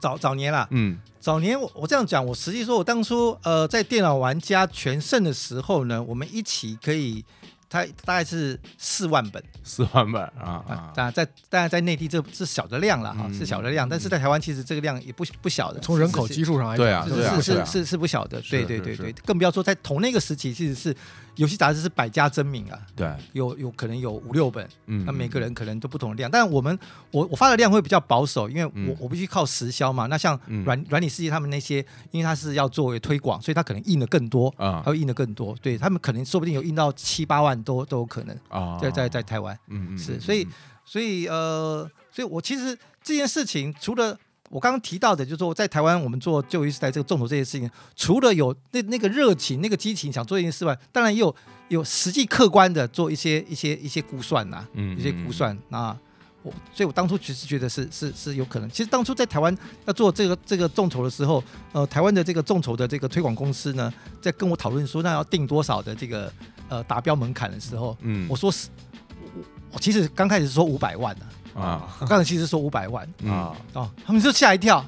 E: 早早年啦，
B: 嗯
E: 早年我我这样讲，我实际说，我当初呃在电脑玩家全盛的时候呢，我们一起可以，它大概是四万本
B: (laughs) 四万本啊
E: 啊
B: 啊，！
E: 当然在当然在内地这是小的量了哈，
B: 嗯
E: 是小的量，但是在台湾其实这个量也不不小
B: 呃
E: 的，
D: 从人口
E: 是
D: 基数上来讲，
B: 对啊
E: 是
B: 对啊
E: 是
B: 对啊
E: 是是是不小的，
B: 是
E: 对
B: 是
E: 对对
B: 是
E: 对，更不要说在同那个时期，其实是游戏杂志是百家争鸣啊，
B: 对，
E: 有有可能有五六本，
B: 嗯，
E: 那每个人可能都不同的量，但我们我我发的量会比较保守，因为我、
B: 嗯
E: 我必须靠实销嘛。那像
B: 嗯
E: 软软体世界他们那些，因为他是要作为推广，所以他可能印的更多，
B: 啊
E: 他会印的更多。对他们可能说不定有印到七八万都都有可能，
B: 啊，
E: 在在在台
B: 嗯
E: 湾。
B: 嗯，
E: 是
B: 嗯
E: 所以
B: 嗯
E: 所以呃，所以我其实这件事情除了。我刚刚提到的，就是说在台湾我们做旧一时代这个众筹这些事情，除了有那那个热情、那个激情想做一件事外，当然也有有实际客观的做一些一些一些估算呐、
B: 嗯
E: 有些估算啊。我，所以我当初其实觉得是是是有可能。其实当初在台湾要做这个这个众筹的时候，呃，台湾的这个众筹的这个推广公司呢，在跟我讨论说那要定多少的这个呃达标门槛的时候，
B: 嗯
E: 我说是，我我其实刚开始是说五百万
B: (laughs)
E: 的、
B: 啊
E: 我刚才其实说五百万
B: 嗯
C: 啊，
E: 哦，他们就吓一跳，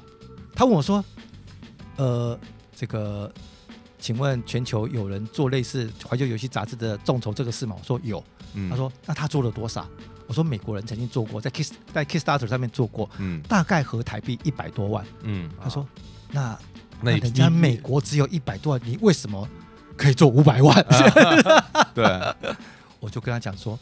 E: 他问我说，呃，这个。请问全球有人做类似怀旧游戏杂志的众筹这个事吗？我说有，
B: 嗯
E: 他说：“那他做了多少？”我说：“美国人曾经做过，在 Kiss 在 Kickstarter 上面做过，
B: 嗯
E: 大概合台币一百多万。
B: 嗯”，
E: 他说：“那
B: 那
E: 人家
B: 你
E: 美国只有一百多万，你为什么可以做五百
B: 啊
E: 万？” (laughs)
B: 对
E: 我就跟他讲说。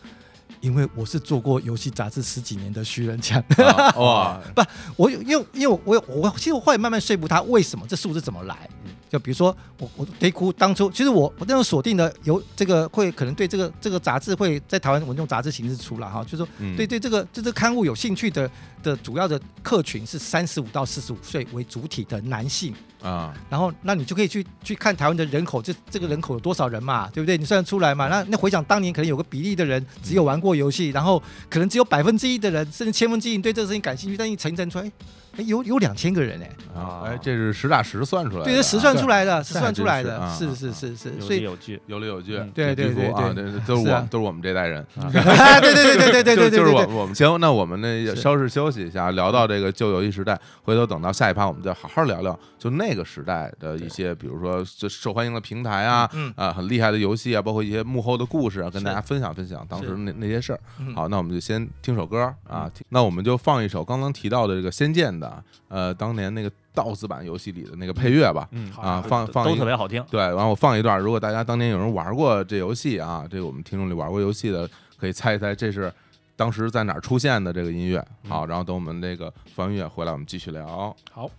E: 因为我是做过游戏杂志十几年的徐仁强， (laughs)
B: 啊哇
E: 我有因为因为我我有我其实我后来慢慢说服他为什么这数字怎么来
B: 嗯，
E: 就比如说我我得哭当初其实我我那种锁定的有这个会可能对这个这个杂志会在台湾我们用杂志形式出来哈，就是说
B: 嗯
E: 对对，这个对这个刊物有兴趣的的主要的客群是三十五到四十五岁为主体的男性，
B: 啊
E: 然后那你就可以去去看台湾的人口，这这个人口有多少人嘛，对不对？你算得出来嘛？那那回想当年，可能有个比例的人只有玩过游戏，然后可能只有百分之一的人，甚至千分之一你对这个事情感兴趣，但你层层出来，哎哎有有两千个人哎、
B: 啊哎这是实打实算出来的啊，
E: 对，这实算出来的，实
B: 这还
E: 算
B: 真
E: 出来
B: 是
E: 的
B: 啊，
E: 是
B: 啊
E: 是
B: 啊
E: 是是，
C: 有
E: 所
C: 理
E: 以。
C: 有据，
B: 有理有据
C: 嗯，
E: 对对
B: 这
E: 对
B: 啊，
E: 对
B: 这这都是
E: 是
B: 我
E: 啊
B: 们都是我们这代人，
C: 啊
E: 哎， (laughs) 对对对对对对对对
B: 就就是
E: 对
B: 我啊我们行，那我们那
E: 是
B: 稍事休息一下，聊到这个旧游戏时代，回头等到下一趴，我们再好好聊聊，就那个时代的一些，比如说最受欢迎的平台啊，
E: 嗯
B: 啊，很厉害的游戏啊，包括一些幕后的故事啊，跟大家分享分享当时
E: 是
B: 那那些事儿。
E: 嗯
B: 好，那我们就先听首歌啊，听那我们就放一首刚刚提到的这个《仙剑》的，呃，当年那个 DOS 版游戏里的那个配乐吧，
C: 嗯
D: 好
B: 啊，
D: 的
B: 放放
C: 都
B: 一
C: 特别好听，
B: 对，然后我放一段，如果大家当年有人玩过这游戏啊，这个我们听众里玩过游戏的，可以猜一猜这是当时在哪儿出现的这个音乐。
D: 嗯
B: 好，然后等我们这个放完音乐回来，我们继续聊。
D: 好，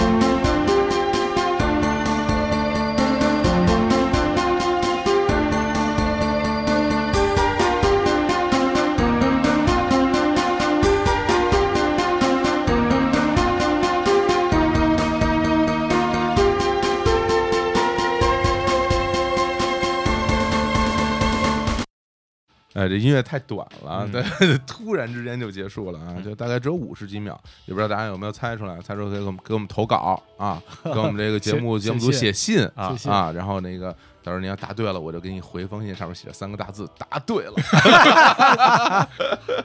F: 天
B: 哎，这音乐太短了，
C: 嗯
B: (laughs) 对，突然之间就结束了啊，
D: 嗯
B: 就大概只有五十几秒，也不知道大家有没有猜出来，猜出来给我们给我们投稿啊，给我们
D: (laughs)
B: 这个节目
D: 谢
B: 节目组写信
C: 啊
D: 谢谢
B: 啊，然后那个到时候你要答对了，我就给你回封信，上面写着三个大字，答对了，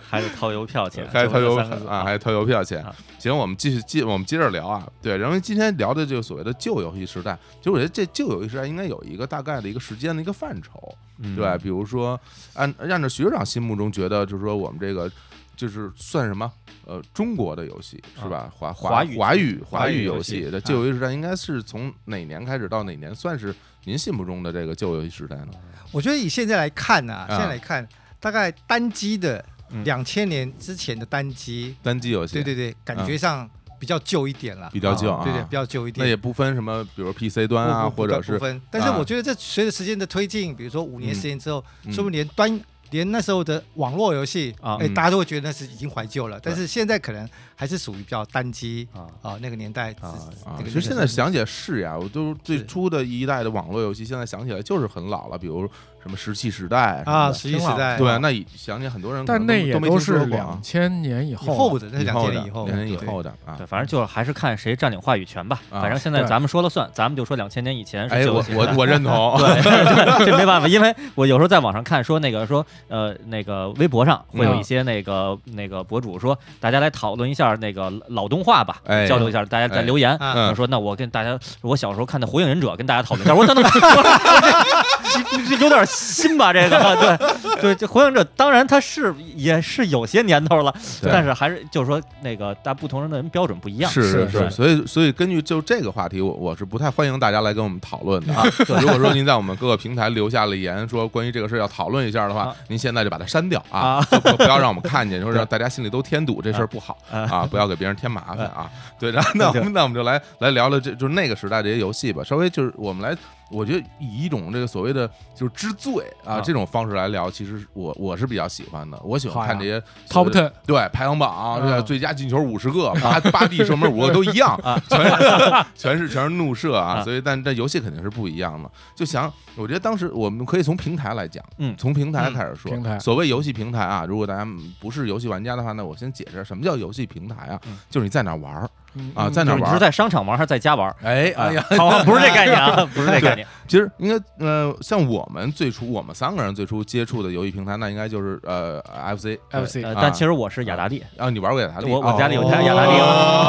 C: 还得掏邮票钱，
B: (laughs) 还
C: 就
B: 投
C: 这
B: 邮
C: 三个字
B: 啊，还投邮票钱
C: 啊。
B: 行，我们继续接，我们接着聊啊。对，然后今天聊的这个所谓的旧游戏时代，其实我觉得这旧游戏时代应该有一个大概的一个时间的一个范畴，
C: 嗯
B: 对啊吧？比如说，按按照徐社长心目中觉得，就是说我们这个就是算什么？呃，中国的游戏是吧？华华
C: 华语
B: 华语
C: 华
B: 语
C: 语游
B: 游
C: 戏
B: 戏的旧游戏时代，应该是从哪年开始到哪年算是您心目中的这个旧游戏时代呢？
E: 我觉得以现在来看啊，
B: 啊
E: 现在来看，大概单机的
C: 嗯
E: 两千年之前的单机，
B: 单机游戏
E: 对对对，感觉上比较旧一点了
B: 嗯比，较旧
C: 啊
B: 啊，
E: 对对，比较旧一点。
B: 那也不分什么，比如 PC 端啊，
E: 不不
B: 或者
E: 不
B: 是
E: 分，但是
B: 啊
E: 我觉得这随着时间的推进，比如说五年、
B: 嗯
E: 十年之后，
B: 嗯
E: 说不定连端连那时候的网络游戏
C: 啊
E: 哎，
B: 嗯
E: 大家都会觉得那是已经怀旧了。
B: 对
E: 但是现在可能还是属于比较单机
C: 啊
E: 啊那个年代
C: 啊
E: 是
B: 啊
E: 那，个
B: 其实现在想起来是呀，我都最
E: 是
B: 初的一代的网络游戏，现在想起来就是很老了，比如什么石器时代什么
E: 啊，
B: 的
E: 十一时代
B: 对啊，那以想起很多人可
D: 但
B: 能都，
D: 那也
B: 都没
D: 都
B: 听说
D: 是
B: 过啊
D: 两千年以
E: 以
D: 后了，
E: 后的，那是
B: 以
E: 两
B: 后
E: 千
B: 的
E: 年以后，
B: 两千年以
E: 对
B: 后的啊
C: 对，。反正就是还是看谁占领话语权吧。
B: 啊
C: 反正现在
D: 对
C: 咱们说了算，咱们就说两千年以前是 (laughs)
B: 哎，
C: 旧游
B: 我
C: 戏时代。
B: 我我认同， (laughs)
C: 对， (laughs) 这没办法，因为我有时候在网上看说那个说呃那个微博上会有
B: 嗯
C: 一些那个、那个博主说大家来讨论一下那个老动画吧，
B: 哎
C: 交流一下，大家
B: 哎
C: 在留言。
E: 啊，
B: 嗯
C: 我，说那我跟大家，我小时候看的《火影忍者》，跟大家讨论一下。我说等等，这 (laughs) 这这有点新吧？这个对对，这《火影忍者》当然它是也是有些年头了，
B: 对
C: 但是还是就是说那个大不同人的人标准不一样。
B: 是
D: 是
B: 是，
C: 是
B: 所以所以根据就这个话题，我我是不太欢迎大家来跟我们讨论的啊。如果说您在我们各个平台留下了言，说关于这个事儿要讨论一下的话
C: 啊，
B: 您现在就把它删掉啊
C: 啊，
B: 就不不要让我们看见，说让大家心里都添堵，这事儿不好
C: 啊
B: 啊，不要给别人添麻烦啊。对，然后那我们那我们就来来聊聊这就是那个时代这些游戏吧，稍微就是我们来。我觉得以一种这个所谓的就是之最啊
C: 啊
B: 这种方式来聊，其实我我是比较喜欢的。我喜
D: 好
B: 欢
D: 呀
B: 看这些所
D: Top
B: 谓的
D: Ten
B: 对排行榜，
C: 嗯
B: 对
D: 啊
B: 最佳进球五十个，八八地射门五个都一样，全
C: (laughs)
B: 是全是全是怒射啊！
C: 啊
B: 所以，但这游戏肯定是不一样的。就想，我觉得当时我们可以从平台来讲，
C: 嗯
B: 从平台开始说。
D: 嗯平台
B: 所谓游戏平台啊，如果大家不是游戏玩家的话，那我先解释什么叫游戏平台啊
C: 嗯，
B: 就是你在哪玩儿
D: 嗯
B: 啊，
D: 嗯
B: 在哪
C: 就是你
B: 玩
C: 是
B: 儿。
C: 在商场玩还是在家玩？
B: 哎，哎呀，
C: 好吧，不是这概念
B: (laughs)
C: 啊，不是这概念。
B: 其实应该，呃，像我们最初，我们三个人最初接触的游戏平台，那应该就是呃，FC
D: FC
C: 呃，
B: 啊
C: 但其实我是雅达利，
B: 啊，你玩过雅达利？
C: 我我家里有
B: 哦
C: 台雅达利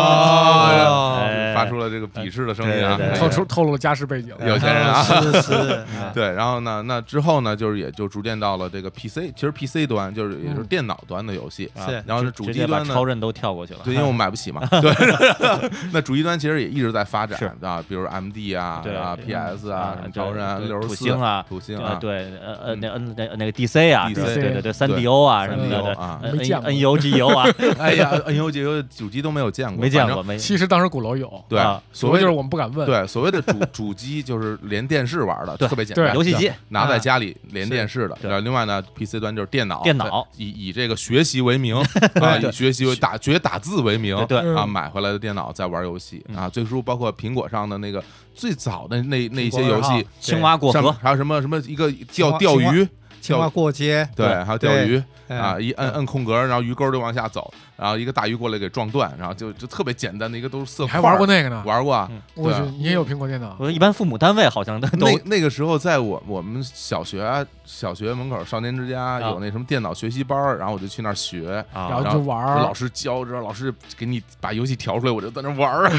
B: 哦 (laughs)
C: 哎
B: 发出了这个鄙视的声音啊
C: 对对！对
D: 透出透露了家世背景，
B: 有钱人啊，
E: (laughs) 是是，
B: (laughs) 对，啊然后呢，那之后呢，就是也就逐渐到了这个 PC，其实 PC 端就是也就是电脑端的游戏，
E: 是
B: 然后呢，
C: 啊直
B: 主
C: 直
B: 机
C: 接把
B: 端呢
C: 超。任都跳过去了。 (laughs)
B: 对，因为我买不起嘛。对， (laughs) 那主机端其实也一直在发展
C: 是
B: 啊，比如 MD 啊、
C: 对
B: 啊 PS 啊、
C: 啊
B: 什么超人啊、
C: 对
B: 六十
C: 土
B: 四
C: 星啊
B: 土星
C: 呃，
B: 啊，
C: 对，呃呃，
B: 嗯
C: 那呃那那个 DC 啊，
B: DC
C: 对对对对，三
B: 对
C: DO 啊什么的，
B: 3DO
C: 对 (laughs)
B: 啊
C: 呃
D: 没见过
C: NUGU 啊，
B: 哎呀，NU 这个主机都没有见过，
C: 没见
B: 反正。
C: 过，没
D: 其实当时鼓楼有，
B: 对
C: 啊，
B: 所
D: 谓
B: 谓
D: 就是
B: 的
D: 我们不敢问，
B: 对所谓的主 (laughs) 主机就是连电视玩的，
C: 对
B: 特别简
D: 对
B: 单，
C: 游戏机
B: 拿在家里连
C: 是
B: 电视的。
C: 对
B: 然后另外呢，PC 端就是电脑，
C: 电脑
B: 对以以这个学习为名啊，以学习为打学打字为名，
C: 对对
B: 啊，
D: 嗯
B: 买回来的电脑在玩游戏
C: 嗯
B: 啊。最初包括苹果上的那个最早的那那些
D: 苹果
B: 游
D: 二号
B: 戏，
C: 青蛙过
B: 上面
C: 河，
B: 还有什么什么一个
E: 青
B: 钓
E: 蛙
B: 钓
E: 青蛙
B: 鱼，
E: 青蛙
B: 钓
E: 过街，
B: 对，还有钓
E: 对
B: 鱼
E: 嗯
B: 啊，一摁摁空格，然后鱼钩就往下走，然后一个大鱼过来给撞断，然后就就特别简单的一个都是色
D: 你
B: 块，
D: 还玩过那个呢？
B: 玩过啊
C: 嗯？
D: 我
B: 对
D: 去
B: 啊，
D: 你也有苹果电脑
C: 我？说一般父母单位好像都都
B: 那那个时候，在我我们小学啊小学门口少年之家有那什么电脑学习班儿，然后我就去那儿学，
C: 啊
D: 然后
B: 然
D: 就
B: 后
D: 玩
B: 就
D: 儿
B: 老，师教，然后老师给你把游戏调出来，我就在那玩儿，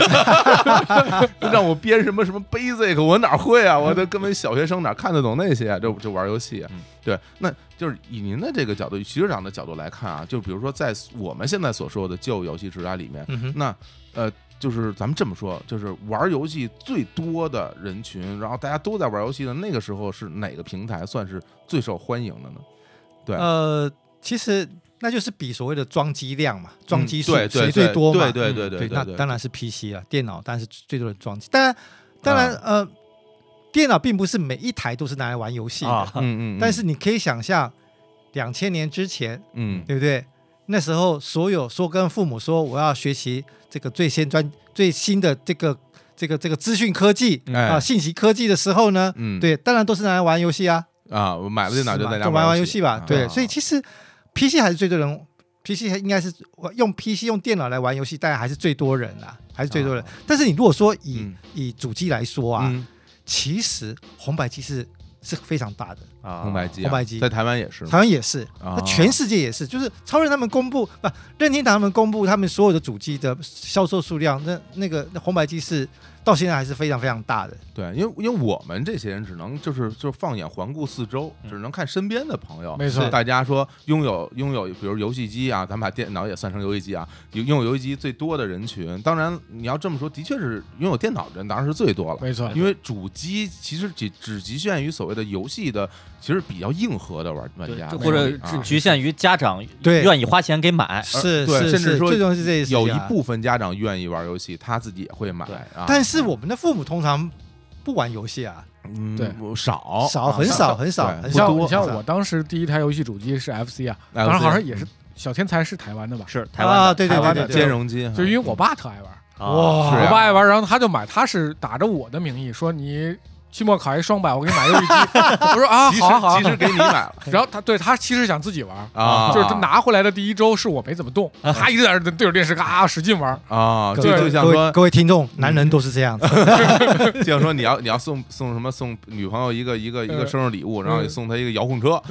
C: (laughs)
B: 就 (laughs) 让我编什么什么 Basic，我哪会啊？我这根本小学生哪看得懂那些啊？就就玩游戏啊
C: 嗯。
B: 对，那就是以您的这个角度，徐社长的角度来看啊，就比如说在我们现在所说的旧游戏时代里面，
E: 嗯哼，
B: 那呃，就是咱们这么说，就是玩游戏最多的人群，然后大家都在玩游戏的那个时候，是哪个平台算是最受欢迎的呢？
E: 嗯
B: 对
E: 呃，其实那就是比所谓的装机量嘛，装机
B: 嗯
E: 数
B: 对对对
E: 谁最多嘛，
B: 对对对
C: 嗯
B: 对
E: 对，
B: 对
E: 那
B: 对，
E: 当然是 PC 了，电脑当然是最多的装机。当然，当然，
B: 啊
E: 呃，电脑并不是每一台都是拿来玩游戏的，
C: 啊，
B: 嗯嗯嗯，
E: 但是你可以想象，两千年之前，
B: 嗯
E: 对不对？那时候所有说跟父母说我要学习这个最先专最新的这个这个这个资讯科技啊
B: 哎
E: 啊、信息科技的时候呢，
B: 嗯
E: 对，当然都是拿来玩游戏啊，
B: 啊，我买了电脑
E: 是
B: 就
E: 吧
B: 在家
E: 就玩玩游
B: 戏
E: 戏吧。对，
B: 啊
E: 所以其实 PC 还是最多人，PC 应该是用 PC 用电脑来玩游戏，但还是最多人啦，还是最多人。但是你如果说以、
B: 啊嗯
E: 以主机来说啊，
B: 嗯
E: 其实红白机是是非常大的，
C: 啊
B: 红白机啊，
E: 红白机
B: 在台湾也是吗，
E: 台湾也是，
B: 啊
E: 那全世界也是，就是超人他们公布不，任天堂他们公布他们所有的主机的销售数量，那那个那红白机是到现在还是非常非常大的。
B: 对，因为因为我们这些人只能就是就放眼环顾四周，
C: 嗯
B: 只能看身边的朋友。
D: 没错
B: 大家说拥有拥有，比如游戏机啊，咱们把电脑也算成游戏机啊，拥拥有游戏机最多的人群，当然你要这么说，的确是拥有电脑的人当然是最多了。
D: 没错，
B: 因为主机其实只只局限于所谓的游戏的，其实比较硬核的玩玩
C: 对
B: 家，
C: 就或者
B: 那种啊
C: 只局限于家长
E: 对
C: 愿意花钱给买，
E: 是
B: 哎对
E: 是
B: 甚至
E: 是，
B: 说
E: 最重要是这一
B: 有一，部分家长愿意玩游戏，他自己也会买
C: 对
B: 啊。
E: 但是我们的父母通常不玩游戏啊，
B: 嗯
D: 对
B: 少啊
E: 少很少很少
B: 对
E: 很
D: 你
E: 少
D: 像
E: 很
D: 你像
B: 啊
E: 少
D: 我当时第一台游戏主机是 FC 啊，当然好像也
B: 哎
D: 是小天才是台湾的吧，
C: 是台湾的
E: 啊对对
C: 台湾
E: 对
C: 的
E: 对
B: 兼容机，
D: 就因为我爸特爱玩，
C: 啊
B: 嗯是啊
D: 我爸爱玩，然后他就买，他是打着我的名义说你期末考一双百，我给你买游戏机， (laughs) 我说啊
B: 其实
D: 好啊好啊
B: 其，实给你买了
D: 然后他对他其实想自己玩。
B: 啊，
D: 就是他拿回来的第一周是我没怎么动，他一直在那对着电视嘎使劲玩，
B: 啊，就
E: 各位
B: 就像
E: 各位
B: 说，
E: 各位听众，男
D: 嗯
E: 人都是这样的，
B: 就像说你要你要送送什么送女朋友一个一个一个
D: 嗯
B: 生日礼物，然后你
D: 嗯
B: 送她一个遥控车， (laughs)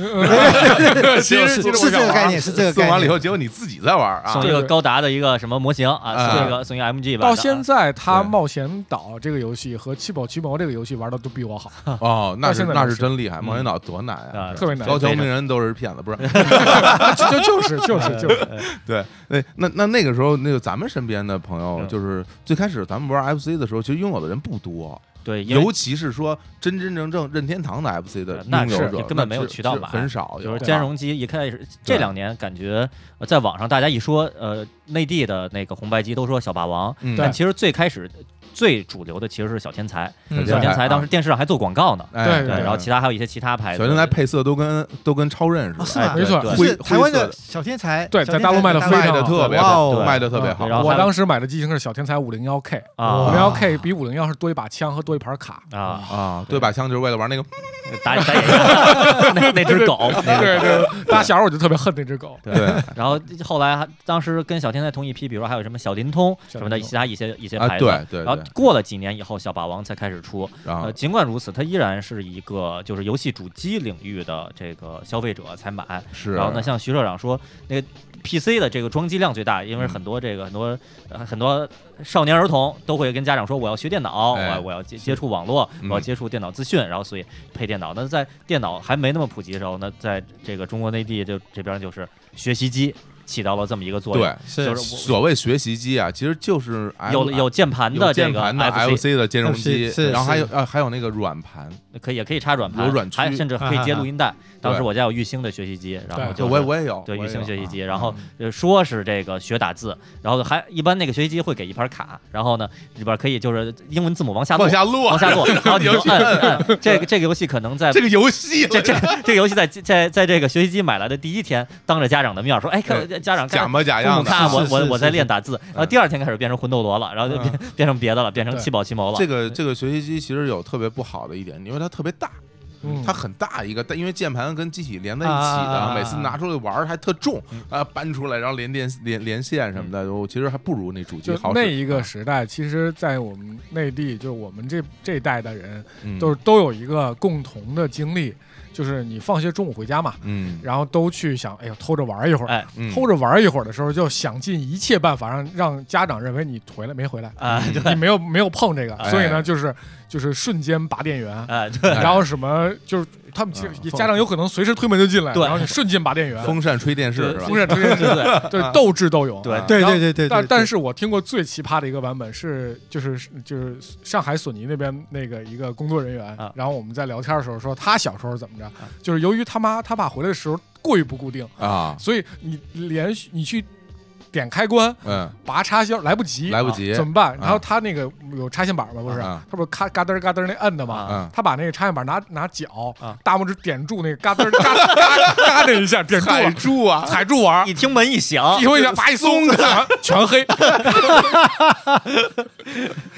D: 其
B: 就
D: 实
E: 是
D: 其实我
E: 是这
D: 想
E: 个
D: 玩
E: 概念，是这
B: 啊
E: 个概
B: 送
E: 念。
B: 完了以后，结果你自己在玩儿啊
C: 送一个高达的一个什么模型啊，
B: 哎
C: 送一个送一个 MG 吧。
D: 到现在，他
B: 对
D: 冒险岛这个游戏和七宝奇谋这个游戏玩的都比我好，
B: 哦，那
D: 到
B: 是
D: 现在
B: 那
D: 都
B: 是
D: 是
B: 真厉害，冒险岛多难啊
C: 啊！
D: 特别难。
B: 高桥
C: 非
B: 名
C: 常
B: 人都是骗子，不是？
D: 就就就是
C: 啊 (laughs) 呃
D: 就是就是，
B: 对，那那那那个时候，那个咱们身边的朋友，
C: 嗯
B: 就是最开始咱们玩 FC 的时候，其实拥有的人不多，
C: 对，因为
B: 尤其是说真真正正任天堂的 FC 的
C: 那
B: 拥有
C: 是
B: 者，
C: 根本
B: 那
C: 没有
B: 是
C: 渠道
B: 是
C: 买
B: 很少
C: 就
B: 有
C: 是
B: 对
C: 兼
B: 吧
C: 容机一开始这两年感觉呃在网上大家一说呃内地的那个红白机都说小霸王，
B: 嗯
C: 但其实最开始最主流的其实是小天才，
E: 嗯
C: 小天才当时
B: 啊
C: 电视上还做广告呢，
B: 哎
D: 对
C: 对，然后其他还有一些其他牌子，
B: 小天才配色都跟都跟超任
E: 哦
B: 似
E: 是
B: 的，
E: 吗
B: 哎
D: 没错
B: 对
E: 就
B: 灰
E: 是台湾
B: 灰色
E: 的
B: 的
E: 小天才，
D: 对
E: 小
D: 在
E: 天
D: 大陆
E: 才
D: 卖得非
E: 卖
D: 常
B: 卖的
D: 好
B: 特别
E: 哇
B: 好，
E: 哦
B: 卖的特别好
C: 然。后
D: 我
C: 还有
D: 当时买的机型是小天才五零幺 K，五
C: 啊
D: 零幺 K 比五零幺是多一把枪和多一盘卡。
C: 啊
B: 啊，对把枪就是为了玩那个，
C: 打打野 (laughs) 那那只狗，
D: 对 (laughs) 对，打小时候我就特别恨那只狗。
B: 对，
C: 然后后来还当时跟小天才同一批，比如说还有什么小灵通
D: 小灵通
C: 什么的，其他一些一些
B: 啊
C: 牌子。
B: 对对
C: 然后
B: 对，
C: 过了几年以后，小霸王才开始出。
B: 然后
C: 呃，尽管如此，它依然是一个就是游戏主机领域的这个消费者才买。
B: 是，
C: 然后呢，像徐社长说，那个 PC 的这个装机量最大，因为
B: 嗯
C: 很多这个很多、呃很多少年儿童都会跟家长说，我要学电脑，我
B: 哎
C: 要我要接接触网络，
B: 嗯
C: 我要接触电脑资讯，然后所以配电脑。那在电脑还没那么普及的时候，那在这个中国内地就这边就是学习机起到了这么一个作用，
B: 对，
E: 是
C: 就是我
B: 所谓学习机啊，其实就是
C: 有
B: F-
C: 有键盘的
B: 有
C: 这
B: 键
C: 个
B: 盘的
C: FC，
B: FC 的兼容机
E: FC，是
B: 然后还有呃还有那个软盘，
C: 可以也可以插软盘，
B: 有软驱
C: 还甚至可以接录音带。当时
B: (laughs) 对
C: 我家有玉兴的学习机，然后就
D: 对
B: 就我也
C: 是
B: 我也有，
C: 对
B: 我
C: 育
B: 也
C: 兴
B: 有
C: 学习机，
B: 啊
C: 然后呃说是这个学打字，然后还一般那个学习机会给一盘卡，然后呢里边可以就是英文字母往下落
B: 往，下落
C: 往，下
B: (laughs)
C: 落，然后你就
B: 游戏
C: 摁摁这个这个游戏可能在
B: 这个游戏
C: 这这这个游戏在在在这个学习机买来的第一天，当着家长的面说，哎，看家长
B: 假
C: 看。
B: 模假
C: 父母
B: 样的啊，
C: 看我
E: 是
C: 我
E: 是
C: 我在
E: 是
C: 练打
B: 嗯
C: 字，然后第二天开始变成魂斗罗了，然后就变变成别的了，变成
D: 对
C: 七宝奇谋了
B: 这。个这个学习机其实有特别不好的一点，因为它特别大，
D: 嗯，
B: 它很大一个，但因为键盘跟机体连在一起
E: 啊
B: 的，每次拿出来玩儿还特重
D: 嗯
B: 啊，搬出来然后连电 (laughs) 连连线什么的，我其实还不如那主机
D: 就
B: 好使。
D: 那一个时代，其实，在我们内地，就是我们这这一代的人，
B: 嗯
D: 都是都有一个共同的经历，就是你放学中午回家嘛，
B: 嗯
D: 然后都去想，哎呦，偷着玩一会儿。
C: 哎
B: 嗯
D: 偷着玩一会儿的时候，就想尽一切办法让让家长认为你回来没回来，
C: 啊，
B: 嗯
C: 对
D: 你没有没有碰这个，
B: 哎
D: 所以呢，就是就是瞬间拔电源，
C: 啊，对
D: 然后什么就是他们其实
B: 嗯
D: 也家长有可能随时推门就进来，
C: 对
D: 然后你瞬间拔电
B: (laughs)
D: 源，
B: 风扇吹电视是吧
D: 风？扇推进
C: (laughs) 对对
D: 对，斗智斗勇。
B: 啊
C: 对
E: 对
D: 然后
E: 对对对，
D: 但
E: 对
D: 但是我听过最奇葩的一个版本是，就是就是上海索尼那边那个一个工作人员
C: 啊，
D: 然后我们在聊天的时候说他小时候怎么着，就是由于他妈他爸回来的时候过于不固定，
B: 啊，
D: 所以你连续你去点开关
B: 嗯，
D: 拔插销来不及，
B: 来不及， (laughs)
D: 怎么办？
B: 啊
D: 然后他那个有插线板嘛，不是，
B: 啊
D: 他不是咔嘎噔嘎噔那摁的嘛，
B: 嗯，
D: 他把那个插线板拿拿脚
C: 啊
D: 大拇指点住那个嘎噔嘎嘎嘎那一下，点住
B: 踩
D: 了
B: 住
D: (laughs)
B: 啊，
D: 踩住玩儿，
C: 一听门一响
D: 一，回想把一松，
B: (laughs)
D: 全黑。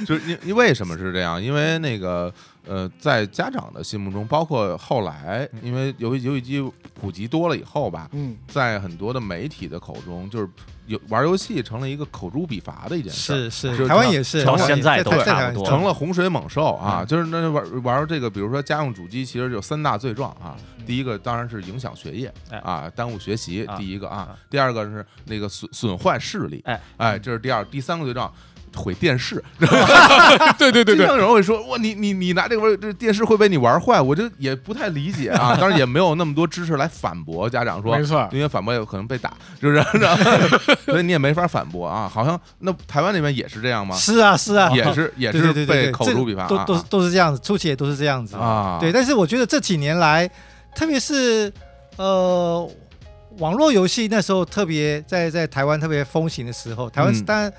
B: 就是因因为什么是这样？因为那个。呃，在家长的心目中，包括后来，因为游戏游戏机普及多了以后吧，
D: 嗯，
B: 在很多的媒体的口中，就是有玩游戏成了一个口诛笔伐的一件事儿，
E: 是
B: 就是
E: 是，台湾也是，
C: 到
E: 台湾
C: 现在都
E: 台
C: 差不
E: 台湾
C: 多
E: 也是
B: 成了洪水猛兽啊！就是那玩玩这个，比如说家用主机，其实有三大罪状啊。第一个当然是影响学业
C: 哎
B: 啊，耽误学习，
C: 啊
B: 第一个啊
C: 啊。
B: 第二个是那个损损坏视力，
C: 哎
B: 哎，这是第二。第三个罪状。毁电 (laughs) 视，
D: 对对对
B: 经
D: 对
B: 常，有人会说哇，你你你拿这个玩这电视会被你玩坏，我这也不太理解 (laughs) 啊。当然也没有那么多知识来反驳家长说
D: 没，错，
B: 因为反驳有可能被打，就是然后 (laughs) 所以你也没法反驳啊。好像那台湾那边也是这样吗？
E: 是啊是啊，
B: 也是也
E: 对
B: 是
E: 对对对
B: 被
E: 对
B: 口
E: 这
B: 诛笔伐，
E: 都
B: 啊
E: 都
B: 啊
E: 是都是这样子，初期也都是这样子。
B: 啊，
E: 对，但是我觉得这几年来，特别是呃，网络游戏那时候特别在在台湾特别风行的时候，台湾是
B: 嗯
E: 当然、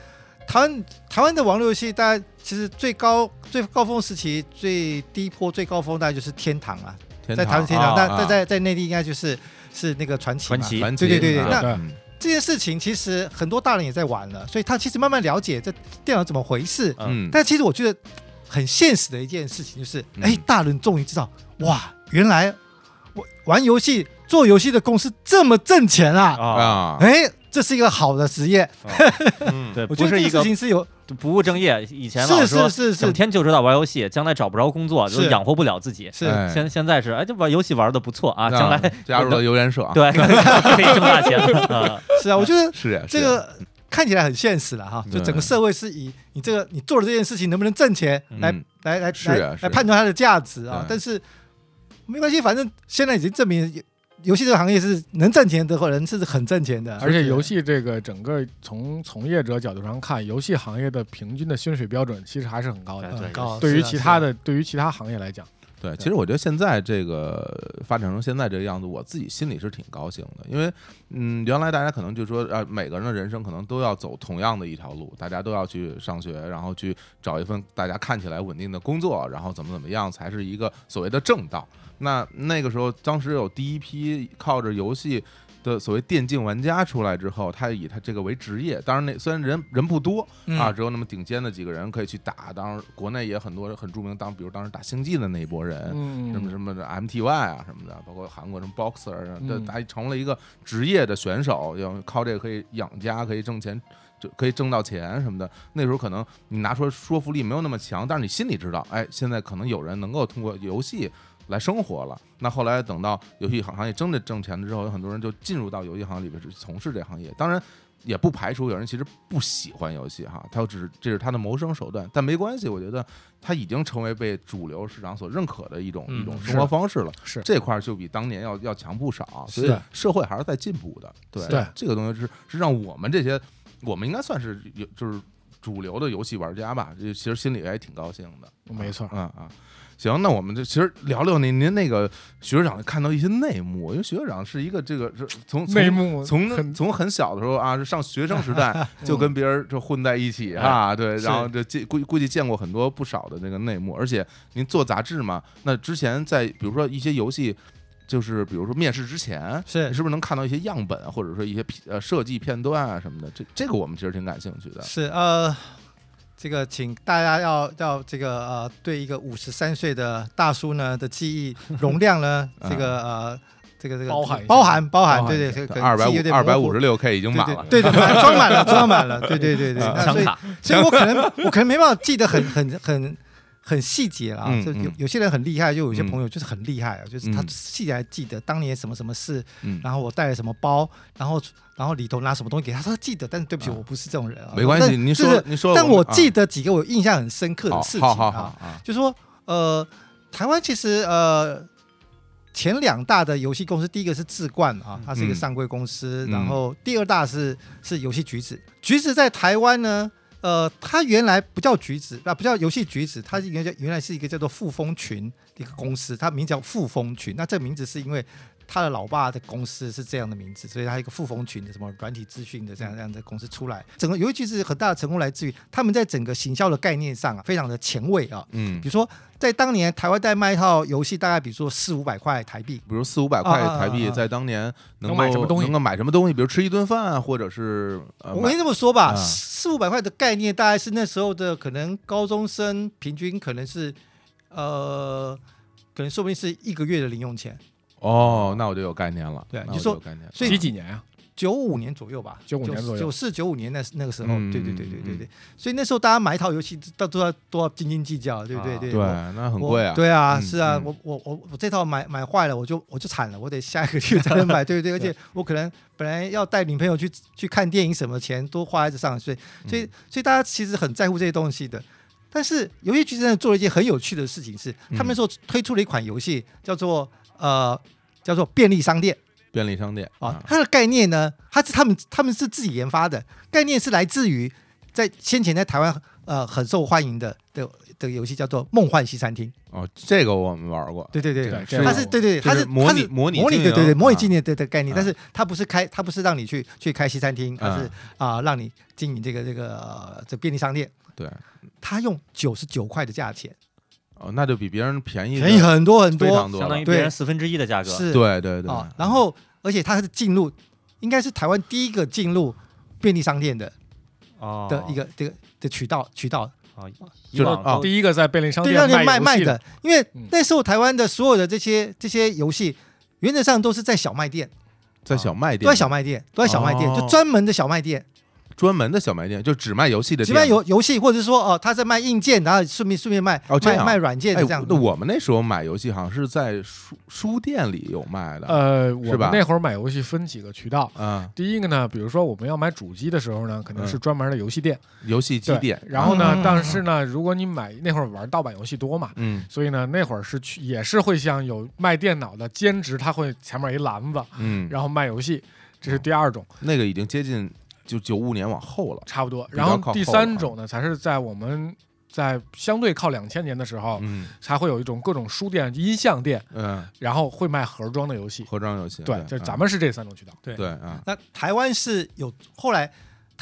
E: 台湾台湾的网络游戏，大家其实最高最高峰时期、最低坡、最高峰大概就是天堂啊，
B: 天堂，
E: 在台湾天堂，
C: 啊
E: 但
B: 啊
E: 但在在内地应该就是是那个传奇嘛。
C: 传奇
B: 传奇，
E: 对对对对
B: 啊
E: 那
B: 嗯
E: 这件事情其实很多大人也在玩了，所以他其实慢慢了解这电脑怎么回事。
B: 嗯，
E: 但其实我觉得很现实的一件事情就是，
B: 嗯
E: 哎、大人终于知道，哇，原来我玩游戏、做游戏的公司这么挣钱啊！
C: 啊，
B: 啊，
E: 哎、这是一个好的职业，
B: 嗯
C: 对，
E: 我
C: 不
E: 觉得
C: 是
E: 这
C: 一
E: 个
C: 个
E: 事情是有
C: 不务正业。以前老
E: 是
C: 说
E: 是是
C: 整
E: 是
C: 天就知道玩游戏，将来找不着工作，就是养活不了自己。
E: (laughs) 是、
B: 哎
C: 现现在是哎，这玩游戏玩的不错啊，将来
B: 那加
C: (laughs)
B: 入了游研社啊，
C: 对 (laughs) 可以挣大钱了。
E: 是啊，我觉得
B: 是呀，是
E: 这
B: 呀
E: 个看起来很现实了哈，就整个社会是以你这个你做的这件事情能不能挣钱来、
B: 嗯
E: 来来
B: 是啊
E: 来
B: 是啊
E: 来判断它的价值啊
B: 对，
E: 但是没关系，反正现在已经证明游游戏这个行业是能挣钱的，或者人是很挣钱的，
D: 而且游戏这个整个从从业者角度上看，游戏行业的平均的薪水标准其实还是很高
B: 啊
C: 哎对
D: 的。
E: 很高，
D: 对于其他
E: 的。
D: 的，对于其他行业来讲，
B: 对，其实我觉得现在这个发展成现在这个样子，我自己心里是挺高兴的，因为嗯，原来大家可能就说啊，每个人的人生可能都要走同样的一条路，大家都要去上学，然后去找一份大家看起来稳定的工作，然后怎么怎么样才是一个所谓的正道。那那个时候，当时有第一批靠着游戏。的所谓电竞玩家出来之后，他以他这个为职业，当然那虽然人人不多，
D: 嗯
E: 嗯
B: 啊，只有那么顶尖的几个人可以去打。当然，国内也很多人很著名，当比如当时打星际的那一波人，
D: 嗯，
B: 什么什么的 MTY 啊什么的，包括韩国什么 boxer，啊这
D: 嗯
B: 大家成了一个职业的选手，就靠这个可以养家，可以挣钱，就可以挣到钱什么的。那时候可能你拿出来说服力没有那么强，但是你心里知道，哎，现在可能有人能够通过游戏。来生活了。那后来等到游戏行行业真的挣钱了之后，有很多人就进入到游戏行业里边去从事这行业。当然，也不排除有人其实不喜欢游戏哈，他只是这是他的谋生手段，但没关系，我觉得他已经成为被主流市场所认可的一种、
E: 嗯
B: 一种生活方式了。
D: 是
B: 这块儿就比当年要要强不少，啊
E: 是
B: 所以社会还是在进步的。对
D: 对
B: 这个东西是是让我们这些，我们应该算是有就是主流的游戏玩家吧，这其实心里还挺高兴的。
D: 没错
B: 嗯啊。行，那我们就其实聊聊您您那个学长看到一些内幕，因为学长是一个这个是从从
D: 内幕
B: 从
D: 很嗯
B: 从很小的时候啊，是上学生时
D: (laughs)
B: 代就跟别人就混在一起
D: 哎
B: 啊，对，然后就见估估计见过很多不少的那个内幕，而且您做杂志嘛，那之前在比如说一些游戏，就是比如说面试之前，
E: 是
B: 你是不是能看到一些样本，或者说一些片呃设计片段啊什么的？这这个我们其实挺感兴趣的。
E: 是呃，这个请大家要要这个呃，对一个五十三岁的大叔呢的
B: (laughs)
E: 记忆容量呢，
B: 啊
E: 这个呃，这个这个
D: 包含一下
E: 包含包含，
D: 包含
E: 对
D: 一
E: 对，可
B: 二百
E: 能记忆
B: 五
E: 有点
B: 二百五
E: 模
B: 十
E: 糊
B: 六 K 已经满了，
E: 对对对对，
B: (laughs)
E: 装满了装满了，对对对对，
B: 啊
E: 那
C: 强
E: 所以
C: 卡
E: 所以我可能我可能没办法记得很很很很细节了啊
B: 嗯，
E: 就有
B: 嗯
E: 有些人很厉害，就有些
B: 嗯
E: 朋友就是很厉害啊，就是他
B: 嗯
E: 细节还记得当年什么什么事，
B: 嗯，
E: 然后我带了什么包，然后然后里头拿什么东西给他，他记得，但是对不起，我不是这种人啊，
B: 没关系，
E: 但
B: 您
E: 就
B: 说
E: 是
B: 您说，
E: 但我
B: 啊
E: 记得几个我印象很深刻的事情
B: 好好好
E: 啊，
B: 好啊，
E: 就说呃，台湾其实呃前两大的游戏公司，第一个是智冠啊，它是一个
B: 嗯
E: 上柜公司，
B: 嗯
E: 然后第二大是是游戏橘子，橘子在台湾呢。呃，它原来不叫橘子啊，不叫游戏橘子，它是原来原来是一个叫做富丰群的一个公司，它名叫富丰群。那这个名字是因为他的老爸的公司是这样的名字，所以他一个富丰群的什么软体资讯的
B: 嗯
E: 这样这样的公司出来，整个游戏橘子很大的成功来自于他们在整个行销的概念上啊，非常的前卫啊，
B: 嗯
E: 比，如说，在当年台湾在卖一套游戏，大概比如说四五百块台币，
B: 比如四五百块
E: 啊啊啊
B: 台币，
E: 啊
B: 在当年能
D: 能买
B: 够
D: 什么东西
B: 能够买什么东西，比如吃一顿饭啊，或者是呃，
E: 我
B: 买
E: 跟你这么说吧，
B: 啊
E: 四五百块的概念大概是那时候的可能高中生平均可能是呃，可能说不定是一个月的零用钱，
B: 哦，那我就有概念了。
E: 对
B: 那
E: 你
B: 我
E: 说
B: 有概念了，
E: 所以
D: 几几年啊？
E: 九五年左右吧，
D: 95年左右
E: 九四九五年那那个时候，
B: 嗯
E: 对对对对
B: 嗯
E: 对对，所以那时候大家买一套游戏都都要都要斤斤计较，对不对？
D: 啊
E: 对
B: 对，那很
E: 我
B: 贵啊。
E: 对啊，
B: 嗯
E: 是啊，
B: 嗯
E: 我我我我这套买买坏了，我就我就惨了，我得下一个 (laughs) 月才能买，对不对？而且我可能本来要带女朋友去去看电影，什么钱都花在这上，所以所
B: 嗯
E: 以所以大家其实很在乎这些东西的。但是游戏局真的做了一件很有趣的事情是，他们
B: 嗯
E: 那时候推出了一款游戏，叫做呃叫做便利商店。
B: 便利商店
E: 啊，，它的概念呢，它是他们他们是自己研发的，概念是来自于在先前在台湾呃很受欢迎的的的游戏叫做《梦幻西餐厅》。
B: 哦，这个我们玩过。
E: 对对
D: 对
E: 对，它
D: 这
E: 是
D: 个
E: 对对，
B: 就
E: 它
B: 是
E: 是
B: 模
E: 它
B: 拟
E: 是
B: 模拟
E: 模拟
B: 经
E: 对对对
B: 营
E: 模拟
B: 啊
E: 经营的的概念，
B: 啊
E: 但是它不是开它不是让你去去开西餐厅，它是
B: 啊
E: 啊、让你经营这个这个、呃这便利商店，
B: 对，
E: 它用九十九块的价钱，
B: 哦，那就比别人便宜
E: 便宜
B: 得
E: 很多很
B: 非常多
E: 多，
C: 相
B: 了
C: 当于别
E: 对
C: 人四分之一的价格。
E: 是
B: 对对对
E: 啊、然后而且它是进入应该是台湾第一个进入便利商店的。
C: 哦
E: 的一个这个的渠道渠道，
C: 哦，
B: 就
C: 以
B: 是
C: 往
B: 啊
C: 都
D: 第一个在便利商
E: 对，
D: 店
E: 让人
D: 卖
E: 卖卖
D: 游戏
E: 的，因为
D: 嗯
E: 那时候台湾的所有的这些这些游戏，原则上都是在小卖店，
B: 在小卖店
E: 啊都在小卖店，都在小卖店，
B: 哦
E: 就专门的小卖店，
B: 专门的小卖店，就只卖游戏的
E: 只
B: 店。啊
E: 卖游游戏，或者是说哦，他在卖硬件，然后顺便顺便卖
B: 哦这
E: 卖
B: 样
E: 卖软件
B: 哎
E: 这，样
B: 那。我们那时候买游戏好像是在书书店里有卖的。
D: 呃，
B: 是
D: 我
B: 吧
D: 们那会儿买游戏分几个渠道。
B: 啊，
D: 第一个呢，比如说我们要买主机的时候呢，肯定是专门的游戏店，
B: 游戏机
D: 对
B: 店。
D: 然后呢
E: 嗯，
D: 但是呢，如果你买那会儿玩盗版游戏多嘛，
B: 嗯
D: 所以呢，那会儿是去也是会像有卖电脑的兼职，他会前面一篮子，
B: 嗯，
D: 然后卖游戏，这是第二种，
B: 那个已经接近就九五年往后了。
D: 差不多。
B: 比较
D: 然
B: 靠
D: 后第
B: 后了
D: 三种呢，才是在我们在相对靠两千年的时
E: 哦
D: 候，
B: 嗯
D: 才会有一种各种书店、音像店，
B: 嗯，
D: 然后会卖盒装的游戏。
B: 盒装游戏。
D: 对，就咱们是这三种渠道。
B: 啊对啊，
E: 那台湾是有后来。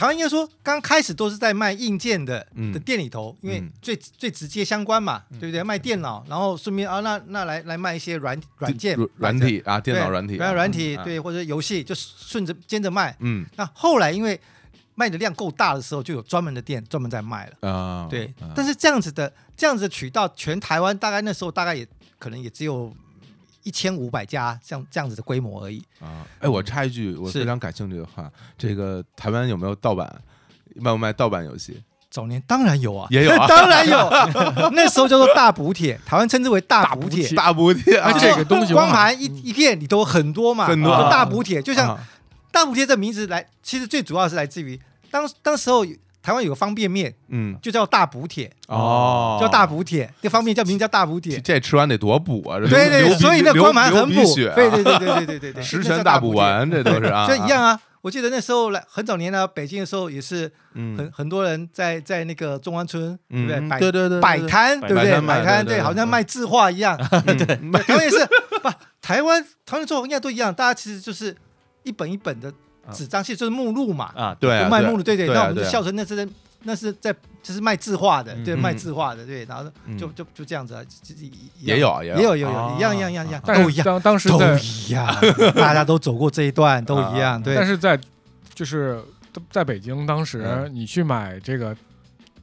E: 台湾应该说，刚开始都是在卖硬件的
B: 嗯
E: 的店里头，因为
B: 嗯
E: 最最直接相关嘛，对不对？卖电脑，然后顺便啊，那那来来卖一些软软件、
B: 软体啊，电脑
E: 对
B: 软体，
E: 软软体
B: 啊，
E: 对，或者游戏，就顺着兼着卖。
B: 嗯
E: 那后来因为卖的量够大的时候，就有专门的店专门在卖了。
B: 啊，
E: 对，
B: 啊
E: 但是这样子的这样子的渠道，全台湾大概那时候大概也可能也只有一千五百家这样这样子的规模而已。
B: 啊，哎，我插一句，我
E: 是
B: 非常感兴趣的话，这个台湾有没有盗版？卖不卖盗版游戏？
E: 早年当然有啊，
B: 也有啊
E: (laughs) 当然有。那时候叫做大补帖，台湾称之为大补帖，
B: (laughs) 大补贴
D: 啊
E: 就
D: 哎
E: 是
D: 这个东西我
E: 光
D: 买
E: 盘一一片里头有很多嘛，
B: 嗯很多啊
E: 就大补帖，就
B: 就
E: 像大补贴这名字来，其实最主要是来自于当当时候有台湾有个方便面
B: 嗯
E: 就叫大补帖，
B: 哦，
E: 叫大补帖，这方便面叫名字叫大补
B: 这
E: 帖。
B: 这吃完得多补啊！这流
E: 对对
B: 流
E: 对，
B: 鼻
E: 所以那
B: 流
E: 光盘
B: 流
E: 很
B: 鼻
E: 补，
B: 血啊
E: 对对对对对对对对，
B: 十
E: 那
B: 全
E: 叫
B: 大
E: 大
B: 补
E: 帖。
B: 丸，这都是啊，
E: 所以一样啊。我记得那时候来很早年呢，北京的时候也是很
B: 嗯，
E: 很多人在在那个中关村，对
B: 嗯，
E: 不对？摆
B: 对对对，
E: 摆摊，对不
B: 摆
E: 对？
B: 摊卖
E: 摆
B: 对
E: 摊，
B: 对
E: 对，
B: 对
E: 好像卖字画一样。
B: 对，嗯
E: (laughs) 台湾也是，不，台湾台湾的做法应该都一样，大家其实就是一本一本的纸张，其实就是目录嘛，
C: 啊，
B: 啊对啊，
E: 卖
B: 对啊
E: 目录，对对。
B: 对啊
E: 那我们
B: 对
E: 就
B: 啊
E: 笑称那是那是在就是卖字画的，对，
B: 嗯
E: 卖字画的，对，然后
B: 嗯
E: 就就就这样子啊，就就一
B: 也有也
E: 也有也
B: 啊
E: 有一样一样一样一样，
D: 但
E: 都一
D: 是
E: 样。
D: 当当时
E: 都
D: 在，
E: 一样，大家都走过这一段，都一
B: 啊
E: 样。对，
D: 但是在就是在北京，当时
B: 嗯
D: 你去买这个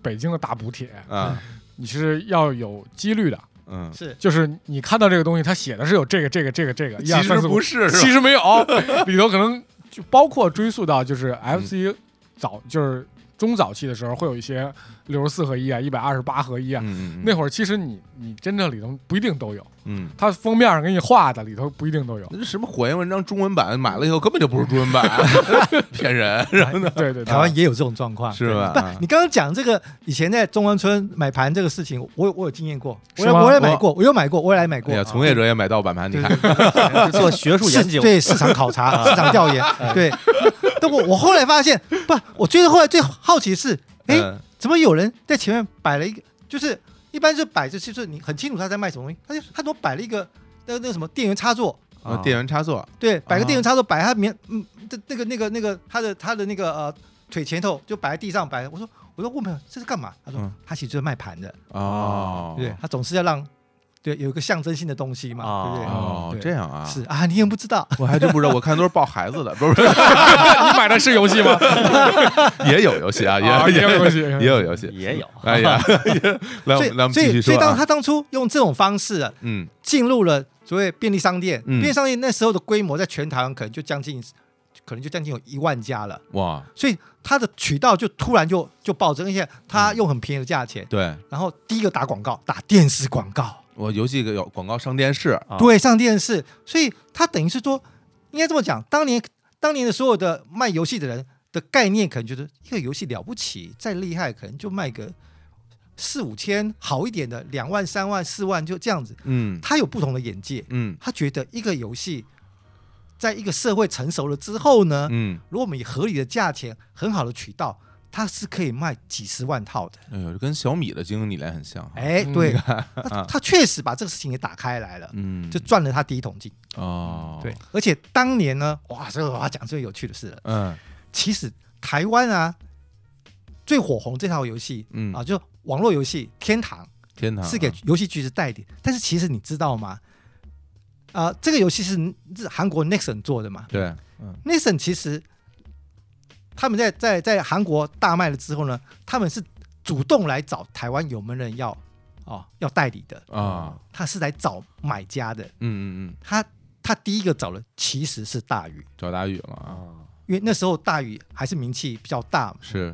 D: 北京的大补帖，
B: 啊，
D: 你是要有几率的，
B: 嗯，
E: 是
D: 就是你看到这个东西，它写的是有这个这个这个这个，一
B: 嗯其
D: 二
B: 实
D: 三四五
B: 不，是，
D: 其
B: 是
D: 实没有，哦里头可能就包括追溯到就是
E: 嗯
D: FC 早就是中早期的时候，会有一些六十四合一啊、一百二十八合一
B: 吧
D: 啊。
B: 嗯
D: 那会儿其实你你真正里头不一定都有，
B: 嗯。
D: 它封面上给你画的里头不一定都有。
B: 那是什么火焰文章中文版买了以后根本就不是中文版， (laughs) 骗
E: 啊
B: 人
D: 对对，对
E: 台湾也有这种状况，
B: 是吧啊
E: 对不，你刚刚讲这个以前在中关村买盘这个事情，我有我有经验过，我
D: 是
E: 也
D: 吗
E: 我也买过，我有买过，我也来买过
B: 哦
E: 啊
B: 哎
E: 嗯
B: 呀，。从业者也买盗版盘，你
E: 对
B: 看啊
C: 是
E: 对，对
C: 做学术研
E: 市
C: 究，
E: 对市场考察、市
B: (laughs)
E: 场调研，
B: 哎
E: 对。但我我后来发现，不，我觉得后来最好奇是，哎，
B: 嗯
E: 怎么有人在前面摆了一个，就是一般就摆就是就是你很清楚他在卖什么东西，他就他怎么摆了一个那个那个什么电源插座，
B: 啊电源插座，
E: 对，摆个
B: 啊
E: 电源插座，摆他棉，嗯，这那个那个那个他的他的那个呃腿前头就摆在地上摆，我说我说问朋友这是干嘛？他说、
B: 嗯
E: 他其实就是卖盘的，
B: 哦，
E: 对，他总是要让对有一个象征性的东西嘛，对不对？
B: 哦，
E: 对
B: 这样啊，
E: 是啊，你也不知道，
B: 我还真不知道，我看都是抱孩子的，不是 (laughs) 不是，
D: 你买的是游戏吗？
B: 也有游戏啊，
E: 哦
D: 啊
B: 也
D: 也有游戏
B: 也 (laughs) 有游戏。
C: 也有，
B: 哎 (laughs) 呀，来，我
E: 所
B: 们来我
E: 以
B: 们
E: 所
B: 继续
E: 以
B: 说
E: 所以当
B: 啊。
E: 他当初用这种方式啊
B: 嗯，
E: 进入了所谓便利商店，
B: 嗯
E: 便利商店那时候的规模在全台湾可能就将近，可能就将近有一万家了，
B: 哇，
E: 所以它的渠道就突然就就暴增，而且它
B: 嗯
E: 用很便宜的价钱，
B: 对
E: 然后第一个打广告，打电视广告，
B: 我游戏有广告上电视，
C: 啊
E: 对，上电视，所以它等于是说，应该这么讲，当年当年的所有的卖游戏的人的概念，可能觉得一个游戏了不起，再厉害，可能就卖个四五千，好一点的两万、三万、四万就这样子。
B: 嗯
E: 他有不同的眼界，
B: 嗯
E: 他觉得一个游戏，在一个社会成熟了之后呢，
B: 嗯，
E: 如果我们以合理的价钱、很好的渠道，它是可以卖几十万套的。
B: 哎呦，这跟小米的经营理念很像。啊
E: 哎，
D: 嗯
E: 对，他他确实把这个事情给打开来了，
B: 嗯，
E: 就赚了他第一桶金。
B: 哦，
E: 对，，而且当年呢，哇，这个我要讲最有趣的事了。
B: 嗯
E: 其实台湾啊，最火红这套游戏
B: 嗯
E: 啊，，就网络游戏《天堂
B: 天堂》
E: 是给
B: 啊
E: 游戏局是带点，但是其实你知道吗？啊、这个游戏是是韩国 Nixon 做的嘛
B: 对，
E: ？Nixon 其实他们在在在韩国大卖了之后呢，他们是主动来找台湾有没有人要哦要代理的，
B: 啊，
E: 他是来找买家的，
B: 嗯嗯嗯，
E: 他他第一个找的其实是大宇。
B: 赵大宇了啊，
E: 因为那时候大宇还是名气比较大嘛，
B: 是，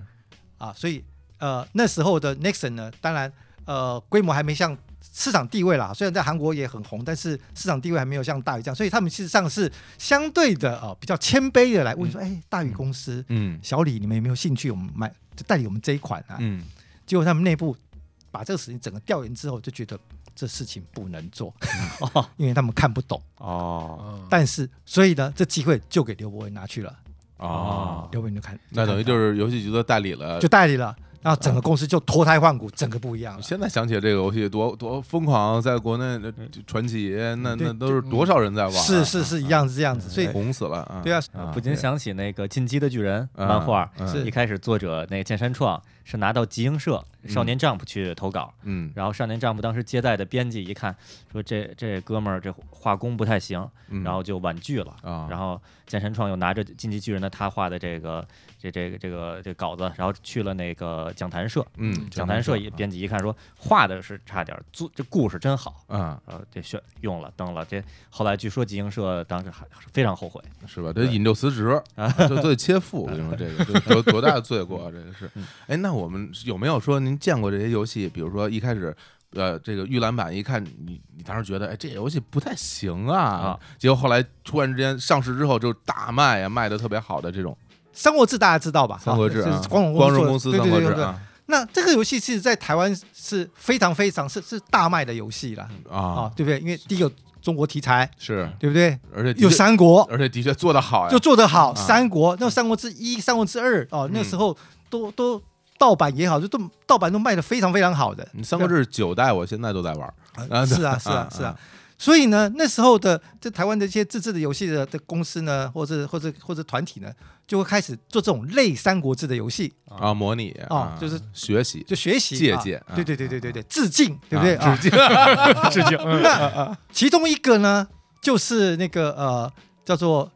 E: 啊，所以呃那时候的 Nixon 呢，当然呃规模还没像市场地位啦，虽然在韩国也很红，但是市场地位还没有像大宇这样，所以他们事实上是相对的呃比较谦卑的来问说，哎、大宇公司
B: 嗯
E: 小李你们有没有兴趣我们买就代理我们这一款啊？
B: 嗯，
E: 结果他们内部把这个事情整个调研之后，就觉得这事情不能做， (laughs) 因为他们看不懂。
C: 哦
D: 啊
E: 但是所以呢，这机会就给刘伯文拿去了，
B: 哦，
E: 刘伯文就看，
B: 那等于
E: 就
B: 就
E: 看
B: 是游戏局的代理了
E: 就。代理了，然后整个公司就脱胎换骨，整个不一样了。
B: 现在想起来这个游戏多多疯狂，啊在国内的传奇，那
E: 对
B: 那都是多少人在玩啊？
E: 是是是一样是这样子，所以
B: 红死了啊！
E: 对啊，
C: 不禁想起那个《进击的巨人》
B: 啊
C: 漫画，
B: 嗯
E: 是
C: 一开始作者那个剑山创是拿到集英社《少年 Jump》去投稿，
B: 嗯
C: 然后《少年 Jump》当时接待的编辑一看，说这这哥们儿这画工不太行，
B: 嗯，
C: 然后就婉拒了。
B: 啊，
C: 然后剑山创又拿着《进击巨人》的他画的这个这这个这个这稿子，然后去了那个讲坛社，
B: 嗯，
C: 讲坛社也编辑一看说画的是差点儿，做这故事真好。
B: 啊，
C: 然后这选用了登了，这后来据说集英社当时还非常后悔，
B: 是吧？这引咎辞职，就都得切腹。我跟你说，这个这多多大的罪过啊！这个是。哎，那我们有没有说您见过这些游戏？比如说一开始。呃，这个预览版一看，你你当时觉得，哎，这游戏不太行啊，
C: 啊
B: 结果后来突然之间上市之后就大卖啊，卖的特别好的这种
E: 三国志大家知道吧？
B: 三国志
E: 啊
B: 啊
E: 就是，光荣
B: 光荣公司
E: 做的
B: 三
E: 对
B: 国
E: 对
B: 志
E: 对对。对
B: 啊
E: 那这个游戏其实在台湾是非常非常是是大卖的游戏啦，啊
B: 啊，，
E: 对不对？因为第一个中国题材，
B: 是，
E: 对不对？
B: 而且的
E: 有
B: 确，
E: 三国，
B: 而且的确做得好呀
E: 就，做得好，
B: 啊
E: 三国那《三国志一》《三国志二》哦，那
B: 嗯
E: 时候都都盗版也好，就都盗版都卖的非常非常好的。
B: 你三国志九代我现在都在玩， (laughs) 啊
E: 啊， (laughs) 是啊，
B: 对
E: 是啊，是
B: 啊
E: 啊。所以呢，那时候的这台湾的一些自制的游戏的的公司呢，或者或者或者团体呢，就会开始做这种类《三国志》的游戏，
B: 啊，模拟
E: 啊就是
B: 学习
E: 就学习
B: 借
E: 啊
B: 鉴啊
E: 对对对对对对，致敬，对不对？
B: 啊
E: 啊，
B: 致敬，
D: 致敬。嗯
E: (laughs) 那其中一个呢，就是那个呃，叫做《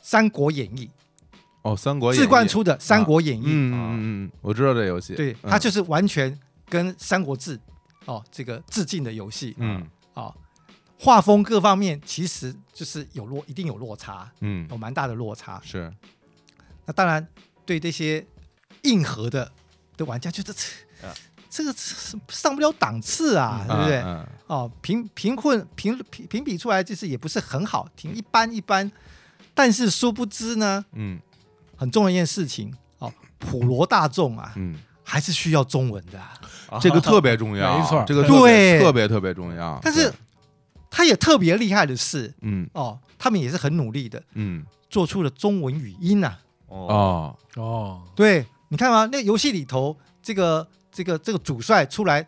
E: 三国演义
B: 哦，《三国》演义
E: 志冠出的《三国演义》
B: 嗯嗯嗯，我知道这游戏，
E: 啊对，
B: 嗯
E: 它就是完全跟《三国志》哦这个致敬的游戏
B: 嗯
E: 啊，画风各方面其实就是有落，一定有落差，
B: 嗯
E: 有蛮大的落差。
B: 是
E: 那当然，对这些硬核的的玩家，觉得这、
C: 啊
E: 这个上不了档次啊，对不对？
B: 嗯嗯
E: 哦，评评困评评评比出来就是也不是很好，挺一般一般。但是殊不知呢，
B: 嗯
E: 很重要一件事情哦，普罗大众啊，
B: 嗯，
E: 还是需要中文的啊、
B: 这个特别重要，
D: 没错
B: 这个特别
E: 对
B: 特别特别重要。
E: 但是
B: 对，
E: 他也特别厉害的是
B: 嗯
E: 哦，他们也是很努力的，
B: 嗯
E: 做出了中文语音啊。
C: 哦，
B: 哦，
D: (laughs) 哦，
E: 对，你看嘛，那游戏里头这个这个这个主帅出来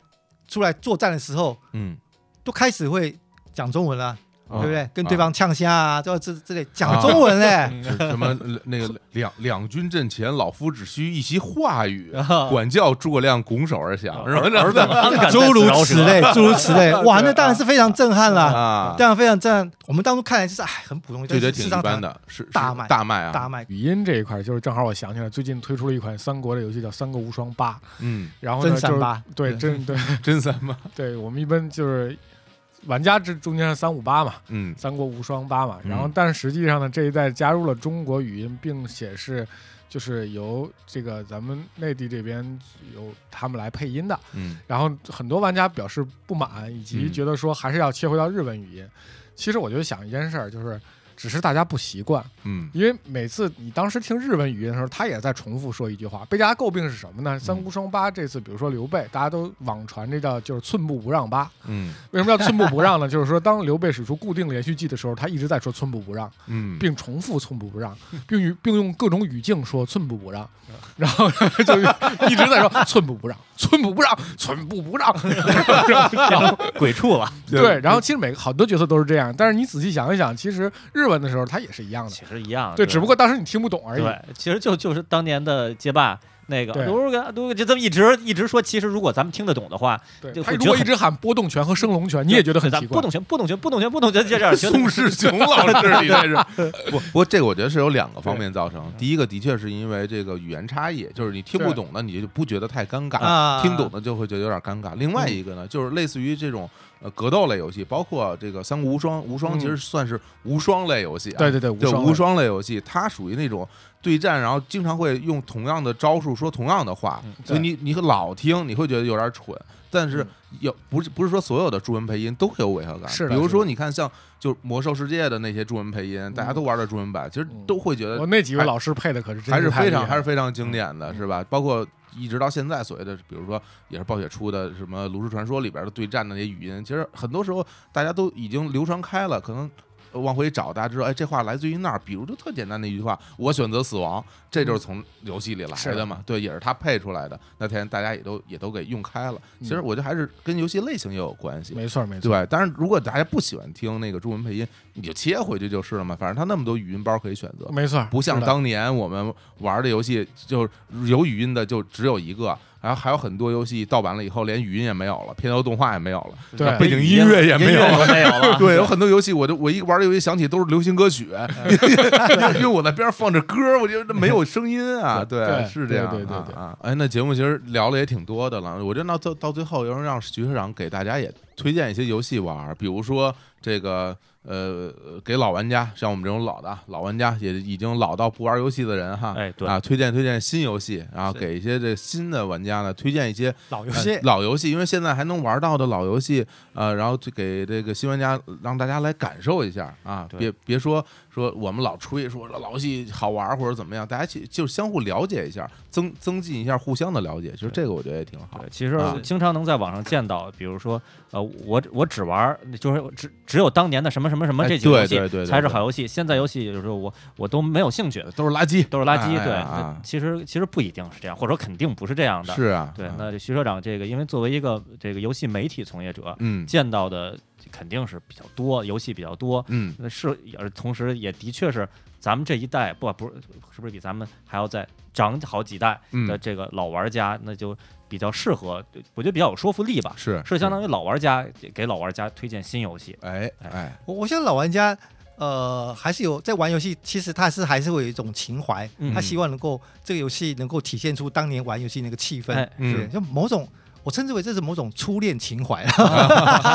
E: 出来作战的时候，
B: 嗯
E: 都开始会讲中文了。啊
B: 对
E: 对不对？跟对
B: 方。啊
E: 方呛虾啊，这这这类
B: 啊
E: 讲中文嘞，
B: 是什么那
E: (laughs)
B: 个两两军阵前，老夫只需一席话语，
C: 啊
B: 管教诸葛亮拱手而降， (laughs) 是吧？
C: 儿子安
B: (laughs)
C: 敢在
E: 诸
C: 此
E: 如
C: 饶
E: 此
C: 舌，
E: 类，啊 (laughs) 诸如此类，哇，那当然是非常震撼了，
B: 啊，
E: 当然非常震撼。我们当初看来就是哎，很普通，
B: 就觉得
E: 是
B: 挺
E: 市
B: 一
E: 场
B: 般
E: 上
B: 的，是是
E: 大卖
B: 大卖啊，
E: 大卖，
D: 语音这一块，就是正好我想起来，最近推出了一款三国的游戏叫《三国无双八》，
B: 嗯，
D: 然后呢，
E: 真
D: 就
E: 三
D: 是
E: 八，
D: 对真对 (laughs)
B: 真三吗？
D: 对，我们一般就是玩家这中间是三五八嘛，
B: 嗯
D: 三国无双八嘛，
B: 嗯
D: 然后但是实际上呢，这一代加入了中国语音，并且是就是由这个咱们内地这边由他们来配音的，
B: 嗯
D: 然后很多玩家表示不满，以及
B: 嗯
D: 觉得说还是要切回到日文语音。其实我就想一件事儿，就是只是大家不习惯，
B: 嗯
D: 因为每次你当时听日文语音的时候，他也在重复说一句话。被大家诟病是什么呢？三无双八这次，比如说刘备，大家都网传这叫就是寸步不让八。
B: 嗯
D: 为什么叫寸步不让呢？就是说当刘备使出固定连续技的时候，他一直在说寸步不让，
B: 嗯，
D: 并重复寸步不让，并与并用各种语境说寸步不让，然后就一直在说寸步不让，寸步不让，寸步不让。
C: 变成鬼畜了。
D: 对，然后其实每个好多角色都是这样，但是你仔细想一想，其实日文的时候它也是一样的。
C: 其实一样，
D: 对，只不过当时你听不懂而已。
C: 对，其实就就是当年的街霸。那个
D: 对
C: 卢哥，卢哥就这么一直一直说，其实如果咱们听得懂的话，
D: 对，
C: 就
D: 他
C: 会
D: 如
C: 觉
D: 果
C: 得
D: 一直喊波动拳和升龙拳，你也觉得很
C: 咱
D: 奇
C: 不
D: 怪。
C: 懂拳，不懂拳，不懂拳，不懂拳，就
B: (laughs)
C: 这样觉得
B: 宋世雄老 (laughs) 师，你这是 (laughs) 不？不过这个我觉得是有两个方面造成，第一个的确是因为这个语言差异，就是你听不
D: 对
B: 懂的你就不觉得太尴
E: 啊
B: 尬，听懂的就会觉得有点尴尬。另外一个呢，就是类似于这种呃格斗类游戏，包括这个《三国无双》，无双其实算是无双类游戏啊，
D: 对对对，无
B: 就
D: 双
B: 无双类游戏，它属于那种对战，然后经常会用同样的招数说同样的话，
C: 嗯
B: 所以你你老听，你会觉得有点蠢。但是
C: 嗯
B: 有不是不是说所有的中文配音都会有违和感，
D: 是的
B: 比如
D: 是
B: 说
D: 的
B: 你看像就是《魔兽世界》的那些中文配音，
C: 嗯
B: 大家都玩的中文版，其实
D: 嗯
B: 都会觉
D: 我
B: 得
D: 那几位老师配的可是真
B: 还是
D: 太
B: 非
D: 厉
B: 常
D: 害嗯
B: 还是
D: 了
B: 非常经典的，是吧？包括。一直到现在，所谓的比如说也是暴雪出的什么《炉石传说》里边的对战的那些语音，其实很多时候大家都已经流传开了，可能呃往回找，大家知道，哎，这话来自于那儿。比如就特简单的一句话，我选择死亡，这就是从游戏里来
D: 嗯是
B: 的嘛，对，也是他配出来的。那天大家也都也都给用开了。其实
D: 嗯
B: 我觉得还是跟游戏类型也有关系，
D: 没错没错。
B: 对吧？当然，如果大家不喜欢听那个中文配音，你就切回去就是了嘛。反正他那么多语音包可以选择，
D: 没错，
B: 不像
D: 是的
B: 当年我们玩的游戏，就是有语音的就只有一个，然后还有很多游戏盗版了以后连语音也没有了，片头动画也没有了。
D: 对
B: 背景音乐也没有
C: 音乐
B: 了
C: 都没有了。
B: (laughs)
C: (laughs)
B: 对，有很多游戏，我就我一玩这游戏想起都是流行歌曲，
D: 哎
B: (laughs) 因为我在边上放着歌，我觉得没有声音啊。
D: 对
B: 是这样啊，
D: 对对对对
B: 啊。哎，那节目其实聊的也挺多的了，我觉得到到到最后，要是让徐社长给大家也推荐一些游戏玩儿，比如说这个。呃，给老玩家，像我们这种老的啊老玩家，也已经老到不玩游戏的人哈，
C: 哎对
B: 啊，推荐推荐新游戏，然后
E: 是
B: 给一些这新的玩家呢，推荐一些
E: 老游
B: 呃
E: 戏，
B: 老游戏，因为现在还能玩到的老游戏，呃，然后就给这个新玩家让大家来感受一下啊，
C: 对
B: 别别说说我们老吹说老游戏好玩儿或者怎么样，大家去就是相互了解一下，增增进一下互相的了解，其实这个我觉得也挺好
C: 对，。其实
B: 啊
C: 经常能在网上见到，比如说，呃，我我只玩儿，就是只只有当年的什么什么什么
B: 哎
C: 这几个游
B: 对对对
C: 戏
B: 对
C: 才是
B: 对
C: 好游戏，现在游戏有时候我我都没有兴趣，
B: 都是垃圾，
C: 都是垃圾。
B: 哎
C: 对，
B: 哎
C: 那
B: 啊
C: 其实其实不一定是这样，或者说肯定不是这样的。
B: 是啊，
C: 对
B: 啊，
C: 那徐社长这个，因为作为一个这个游戏媒体从业者，
B: 嗯
C: 见到的肯定是比较多，游戏比较多，
B: 嗯，
C: 那是而同时也的确是咱们这一代不不是是不是比咱们还要再长好几代
B: 嗯
C: 的这个老玩家，那就比较适合，我觉得比较有说服力吧，
B: 是
C: 是相当于老玩家给老玩家推荐新游戏。
B: 哎哎
E: 我我想老玩家，呃，还是有在玩游戏，其实他是还是会有一种情怀，
C: 嗯
E: 他希望能够这个游戏能够体现出当年玩游戏那个气氛
C: 哎，
B: 嗯
E: 对，就某种。我称之为这是某种初恋情怀，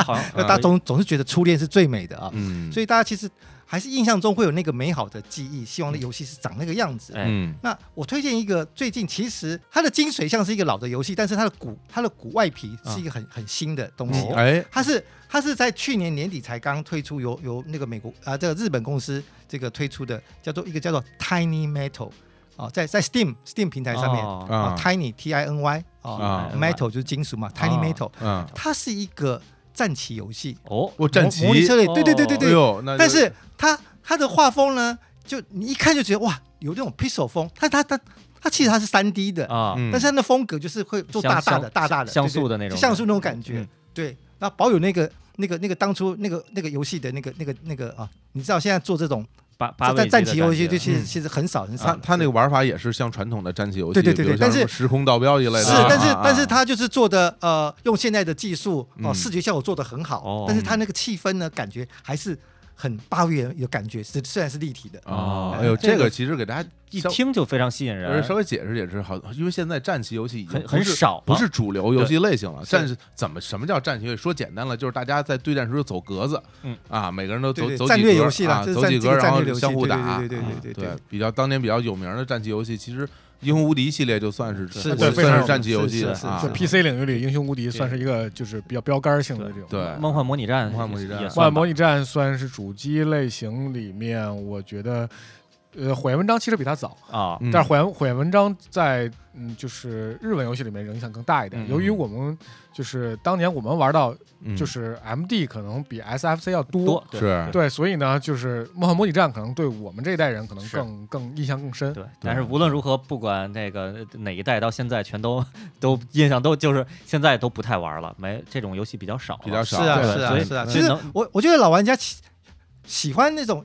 C: 好像
E: (laughs) 那大家总总是觉得初恋是最美的啊，
B: 嗯，
E: 所
B: 以
E: 以大家其实还是印象中会有那个美好的记忆，希望那游戏是长那个样子。
C: 哎
B: 嗯
E: 那我推荐一个最近其实它的精髓像是一个老的游戏，但是它的骨它的骨外皮是一个很、很新的东西。
B: 哎
E: 它是它是在去年年底才刚推出由由那个美国啊、这个日本公司这个推出的叫做一个叫做 Tiny Metal 啊、在在 Steam Steam 平台上面、
C: 哦
E: 啊
B: 啊
E: Tiny T I N Y 啊、
B: 啊
E: Metal 就是金属嘛 Tiny
C: 啊
E: Metal，、
B: 嗯，
E: 它是一个战棋游戏，
C: 哦，
B: 我战
E: 模
B: 旗，
E: 模拟策略，
C: 哦
E: 对对对对
B: 哎
E: 对，
B: 呦，那就
E: 但是它它的画风呢，就你一看就觉得哇，有那种 pixel 风，但它它它其实它是三 D 的，
C: 啊，
B: 嗯
E: 但是它的风格就是会做大大
C: 像
E: 的大大的
C: 像
E: 对对
C: 素的那种
E: 像素那种感
C: 嗯
E: 觉，对，那保有那个那个那个当初那个那个游戏的那个那个那个啊，你知道现在做这种
C: 八八位
E: 在
C: 机
E: 战
C: 的
E: 棋
C: 感
E: 游戏，
C: 觉啊
E: 就其实
B: 嗯
E: 其实很少很少
B: 他
E: 了。
B: 他那个玩法也是像传统的战棋游戏，
E: 对对对
B: 比如
E: 对但
B: 像什么
E: 是
B: 时空盗镖一类的，
E: 是
B: 啊，
E: 但是
B: 啊
E: 但是他就是做的呃，用现在的技术哦，
B: 嗯
E: 视觉效果做的很好
C: 哦，
E: 但是他那个气氛呢，感觉还是很八位元有感觉，虽虽然是立体的，
B: 哦，
E: 哎
B: 哎呦，
E: 这
B: 这
E: 个
B: 个其实给大家
C: 一
B: 稍
C: 听就非常吸引人，
B: 稍微解释解释好，因为现在战棋游戏已经
C: 很
B: 不
C: 很
B: 是
C: 少了，
B: 不是主流游戏类型了。
E: 是
B: 战士怎么什么叫战棋游戏？说简单了，就是大家在对战时候走格子，
C: 嗯
B: 啊，每个人都走
E: 对对
B: 走几
E: 战略
B: 格
E: 游戏
B: 啊
E: 啦，这是
B: 走
E: 战
B: 几
E: 这
B: 格，
E: 个
B: 然
E: 战
B: 后
E: 略游戏，
B: 相互
E: 对
B: 打
E: 对。对对
C: 啊
E: 对对
B: 对
E: 对，
B: 比较当年比较有名的战棋游戏，其实《英雄无敌》系列就算是
C: 是
B: 我
D: 对非
B: 算
D: 常有
B: 是
D: 名
B: 战棋游戏
E: 是
B: 了
E: 是
B: 啊
D: 就。
E: 是
D: PC 领域里，《英雄无敌》算是一个就是比较标杆性的这种。
B: 对，
C: 梦幻模拟战也，
B: 梦幻模拟战
C: 也
D: 万
C: 算吧
D: 模拟战算是主机类型里面，我觉得，呃，火焰文章其实比它早，
C: 啊，
B: 嗯
D: 但是火焰火焰文章在嗯，就是日本游戏里面影响更大一点。
B: 嗯
D: 由于我们就是当年我们玩到
B: 嗯
D: 就是 MD 可能比 SFC 要多，
C: 多对
B: 是
D: 对，所以呢，就是《梦幻模拟战》可能对我们这一代人可能
C: 是
D: 更更印象更深。
C: 对，但是无论如何，不管那个哪一代，到现在全都都印象都就是现在都不太玩了，没这种游戏比较少了，
B: 比较
E: 是
B: 少，
E: 啊
D: 对
E: 是
C: 所
E: 啊
C: 以
E: 是啊。
C: 所
E: 其
C: 以
E: 实
C: 能
E: 我我觉得老玩家喜喜欢那种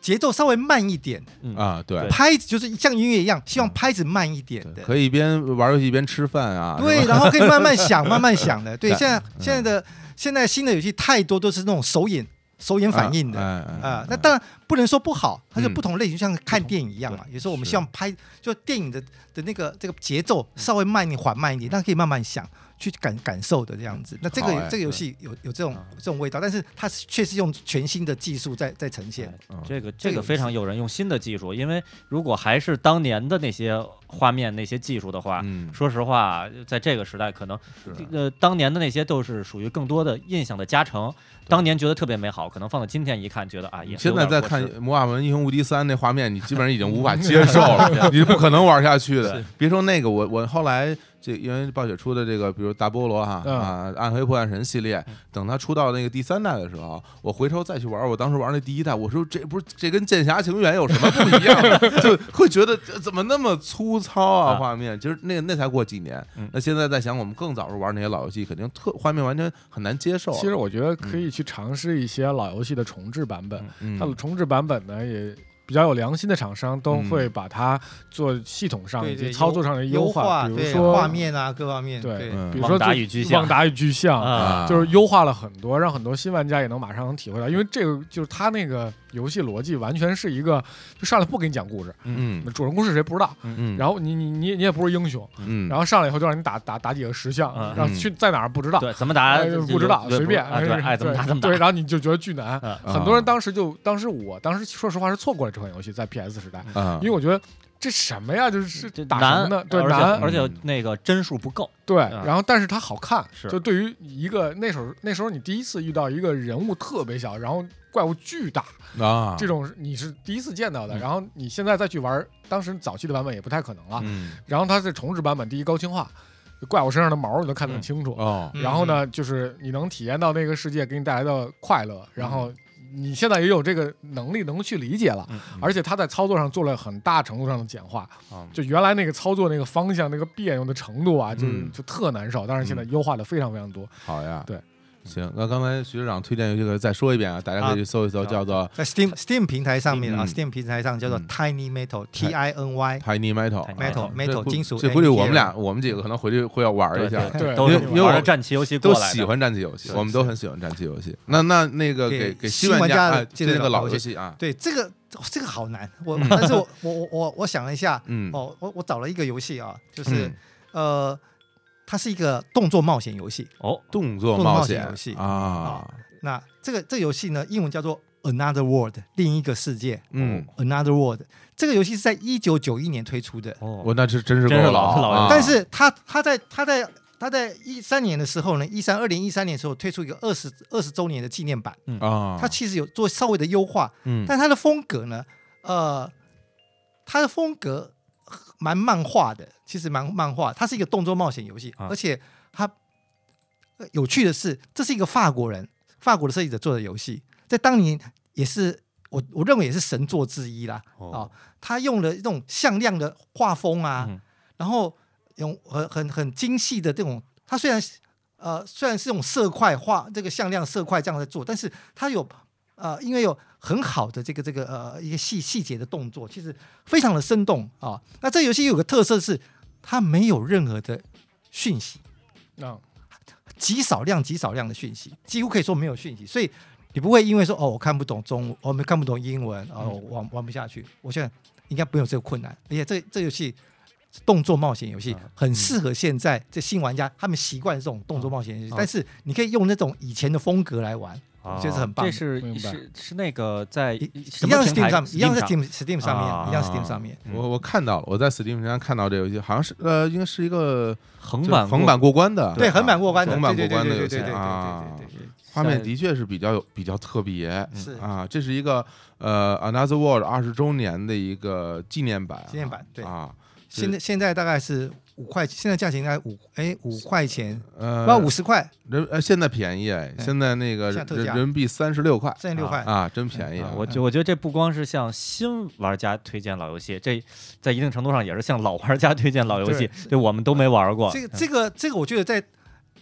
E: 节奏稍微慢一点，
B: 啊，对
C: 对
E: 拍子就是像音乐一样，希望
B: 嗯
E: 拍子慢一点的。
B: 可以一边玩游戏一边吃饭啊。
E: 对，
B: 是吧
E: 然后可以慢慢 (laughs) 想，慢慢想的。对，嗯
B: 对
E: 现在现在的现在新的游戏太多都是那种手眼手眼反应的
B: 哎哎
E: 啊
B: 哎。
E: 那当然不能说不好，它就
B: 嗯
E: 不同类型，就像看电影一样嘛。有时候我们
B: 是
E: 希望拍，就电影的的那个这个节奏稍微慢一点、缓慢一点，但可以慢慢想。去感感受的这样子，那这个
B: 好哎
E: 这个游戏有有这种
C: 啊
E: 这种味道，但是它是确实用全新的技术在在呈现。
B: 嗯
C: 这个这
E: 这个
C: 个
E: 意
C: 非常
E: 思
C: 有人用新的技术，因为如果还是当年的那些画面、那些技术的话，
B: 嗯
C: 说实话，在这个时代，可能
B: 是
C: 呃当年的那些都是属于更多的印象的加成，当年觉得特别美好，可能放到今天一看，觉得啊也
B: 你
C: 是
B: 现
C: 有
B: 在
C: 点
B: 在
C: 过
B: 看
C: 时
B: 《魔法文英雄无敌三》那画面，你基本上已经无法接受了，你是不可能玩下去的。别说那个，我我后来这因为暴雪出的这个，比如大菠萝哈、
D: 嗯
B: 啊，暗黑破坏神系列，等它出到那个第三代的时候，我回头再去玩，我当时玩那第一代，我说这不是这跟《剑侠情缘》有什么不一样的？ (laughs) 就会觉得这怎么那么粗糙啊
C: 啊
B: 画面？其实那个那才过几年
C: 嗯，
B: 那现在在想，我们更早时候玩那些老游戏，肯定特画面完全很难接受了。啊
D: 其实我觉得可以去尝试一些老游戏的重置版本，
B: 嗯
D: 它的重置版本呢也。比较有良心的厂商都
B: 嗯
D: 会把它做系统上
E: 对
D: 以及
E: 对
D: 操作上的
E: 优
D: 化，比如
E: 对
D: 说
E: 画，面啊，各方面
D: 对
E: 对
B: 嗯
D: 比如说
C: 网达
D: 最
C: 与巨像
D: 网达与巨像，
C: 啊，
D: 就是优化了很多，让很多新玩家也能马上能体会到，因为这个就是他那个游戏逻辑完全是一个，就上来不给你讲故事，
B: 嗯
D: 主人公是谁不知道，
B: 嗯，
D: 然后你你你你也不是英雄，
B: 嗯，
D: 然后上来以后就让你打打打几个石像
C: 嗯，
D: 然后去在哪儿不知道，
C: 对，怎么打
D: 呃不知道
C: 对
D: 随便，哎
C: 啊，对，爱怎么打怎么打
D: 对，，然后你就觉得巨
B: 啊
D: 难。
C: 嗯
D: 很多人当时就，当时我当时说实话是错过了这款游戏，在 PS 时代，
B: 啊
D: 因为我觉得这什么呀，就是
C: 这
D: 打什么
C: 难
D: 呢？对，
C: 而且
D: 难，
C: 而且
B: 嗯
C: 那个帧数不够，
D: 对，
C: 啊
D: 然后但是它好看，
C: 是
D: 就对于一个那时候那时候你第一次遇到一个人物特别小，然后怪物巨大，
B: 啊
D: 这种你是第一次见到的，
C: 嗯
D: 然后你现在再去玩，当时早期的版本也不太可能了，
B: 嗯
D: 然后它是重置版本，第一高清化，怪物身上的毛你都看得很
C: 嗯
D: 清楚，
B: 哦
D: 然后呢，就是你能体验到那个世界给你带来的快乐，
C: 嗯
D: 然后你现在也有这个能力能去理解了，
C: 嗯
D: 而且它在操作上做了很大程度上的简化，
B: 啊
D: 就原来那个操作那个方向那个别扭的程度啊，就、
B: 嗯
D: 就特难受，但是现在优化的非常非常多。
B: 好呀，
D: 对，
B: 行，那刚才徐市长推荐这个再说一遍啊，大家可以去搜一搜，
C: 啊
B: 叫做
E: 在 Steam Steam 平台上面啊
B: 嗯
E: ，Steam 平台上叫做
B: 嗯
E: Tiny Metal T I N Y
B: Tiny Metal 啊
E: Metal
B: 这
E: Metal
B: 估
E: 金属 NGL，
B: 这估计我们俩我们几个可能回去会要玩一下。
D: 对
C: 都是
D: 因为
B: 因为
C: 玩
B: 我
C: 着战棋游戏过
B: 都
C: 来的
B: 喜欢战棋游戏，
C: 是
B: 我们都很喜欢战棋游戏。那那那个给
E: 给
B: 给
E: 新
B: 玩
E: 玩家
B: 哎
E: 介
B: 这
E: 绍
B: 个老
E: 游
B: 游
E: 戏
B: 戏啊，
E: 对，这个哦这个好难，我
B: 嗯
E: 但是我我我我我想了一下，
B: 嗯，
E: 哦，我我找了一个游戏啊，就
B: 就是
E: 呃，它是一个动作冒险游戏。
C: 哦，
B: 动作
E: 动作冒
B: 险
E: 险游戏
B: 啊，
E: 那这个这个游戏呢，英文叫做 Another World，另一个世界
B: 嗯，
E: ，Another World。这个游戏是在一九九一年推出的，
C: 哦
B: 我那是真是
C: 真是
B: 够
C: 老
B: 老
C: 老
B: 啊
C: 人
E: 但是它它在它在它在一三年的时候呢，一三二零一三年的时候推出一个二十二十周年的纪念版，
B: 啊，
E: 它其实有做稍微的优化，
B: 嗯
E: 但它的风格呢，呃，它的风格蛮漫画的，其实蛮漫画。它是一个动作冒险游戏，
C: 啊
E: 而且它呃有趣的是，这是一个法国人，法国的设计者做的游戏，在当年也是我我认为也是神作之一啦。
C: 哦
E: 哦，他用了这种向量的画风啊，
C: 嗯
E: 然后用很很很精细的这种，他虽然呃，虽然是用色块画这个向量色块这样在做，但是它有呃，因为有很好的这个这个呃一些细细节的动作，其实非常的生动啊。那这游戏有个特色是，它没有任何的讯息，
D: 啊，
E: 极少量、极少量的讯息，几乎可以说没有讯息，所以你不会因为说哦，我看不懂中文，我们看不懂英文，哦，我玩玩不下去。我现在应该不用这个困难，而且这这游戏动作冒险游戏很适合现在这新玩家，他们习惯这种动作冒险游戏
C: 啊，
E: 但是你可以用那种以前的风格来玩，我觉得是很棒
C: 这
E: 的。
D: 明
C: 是
D: 白
C: 是是那个在
E: 一
C: 什
E: 一
C: 么
E: 样
C: 平
E: Steam
C: 台
E: 上，一样在
C: Steam 上
E: Steam Steam 上面，一样 Steam 上面。
C: 嗯
B: 我我看到了，我在 Steam 上看到这游戏，好像是呃，应该是一个
C: 横
B: 就是
C: 版
B: 横版过关的，
E: 对
B: 啊
E: 横版过关的
B: 横版
E: 对
B: 过
E: 对
B: 关的
E: 对
B: 游
E: 对
B: 戏
E: 对对对
B: 啊
E: 对对。对对
B: 画面
C: 像
B: 的确是比较有比较特别
E: 是
B: 啊，这是一个呃 Another World 二十周年的一个纪念版啊，
E: 纪念版对
B: 啊，是
E: 现在现在大概是五块，现在价钱应该五哎五块钱，
B: 呃，
E: 不五十块，
B: 人呃现在便宜哎，
E: 对
B: 现在那个
E: 现在
B: 人
E: 特价
B: 人民币三十六块
E: 三十六块。
B: 啊，真便宜
C: 啊
B: 啊，
C: 我觉我觉得这不光是向新玩家推荐老游戏，这在一定程度上也是向老玩家推荐老游戏。对，我们都没玩过。嗯
E: 这个这个这个，我觉得在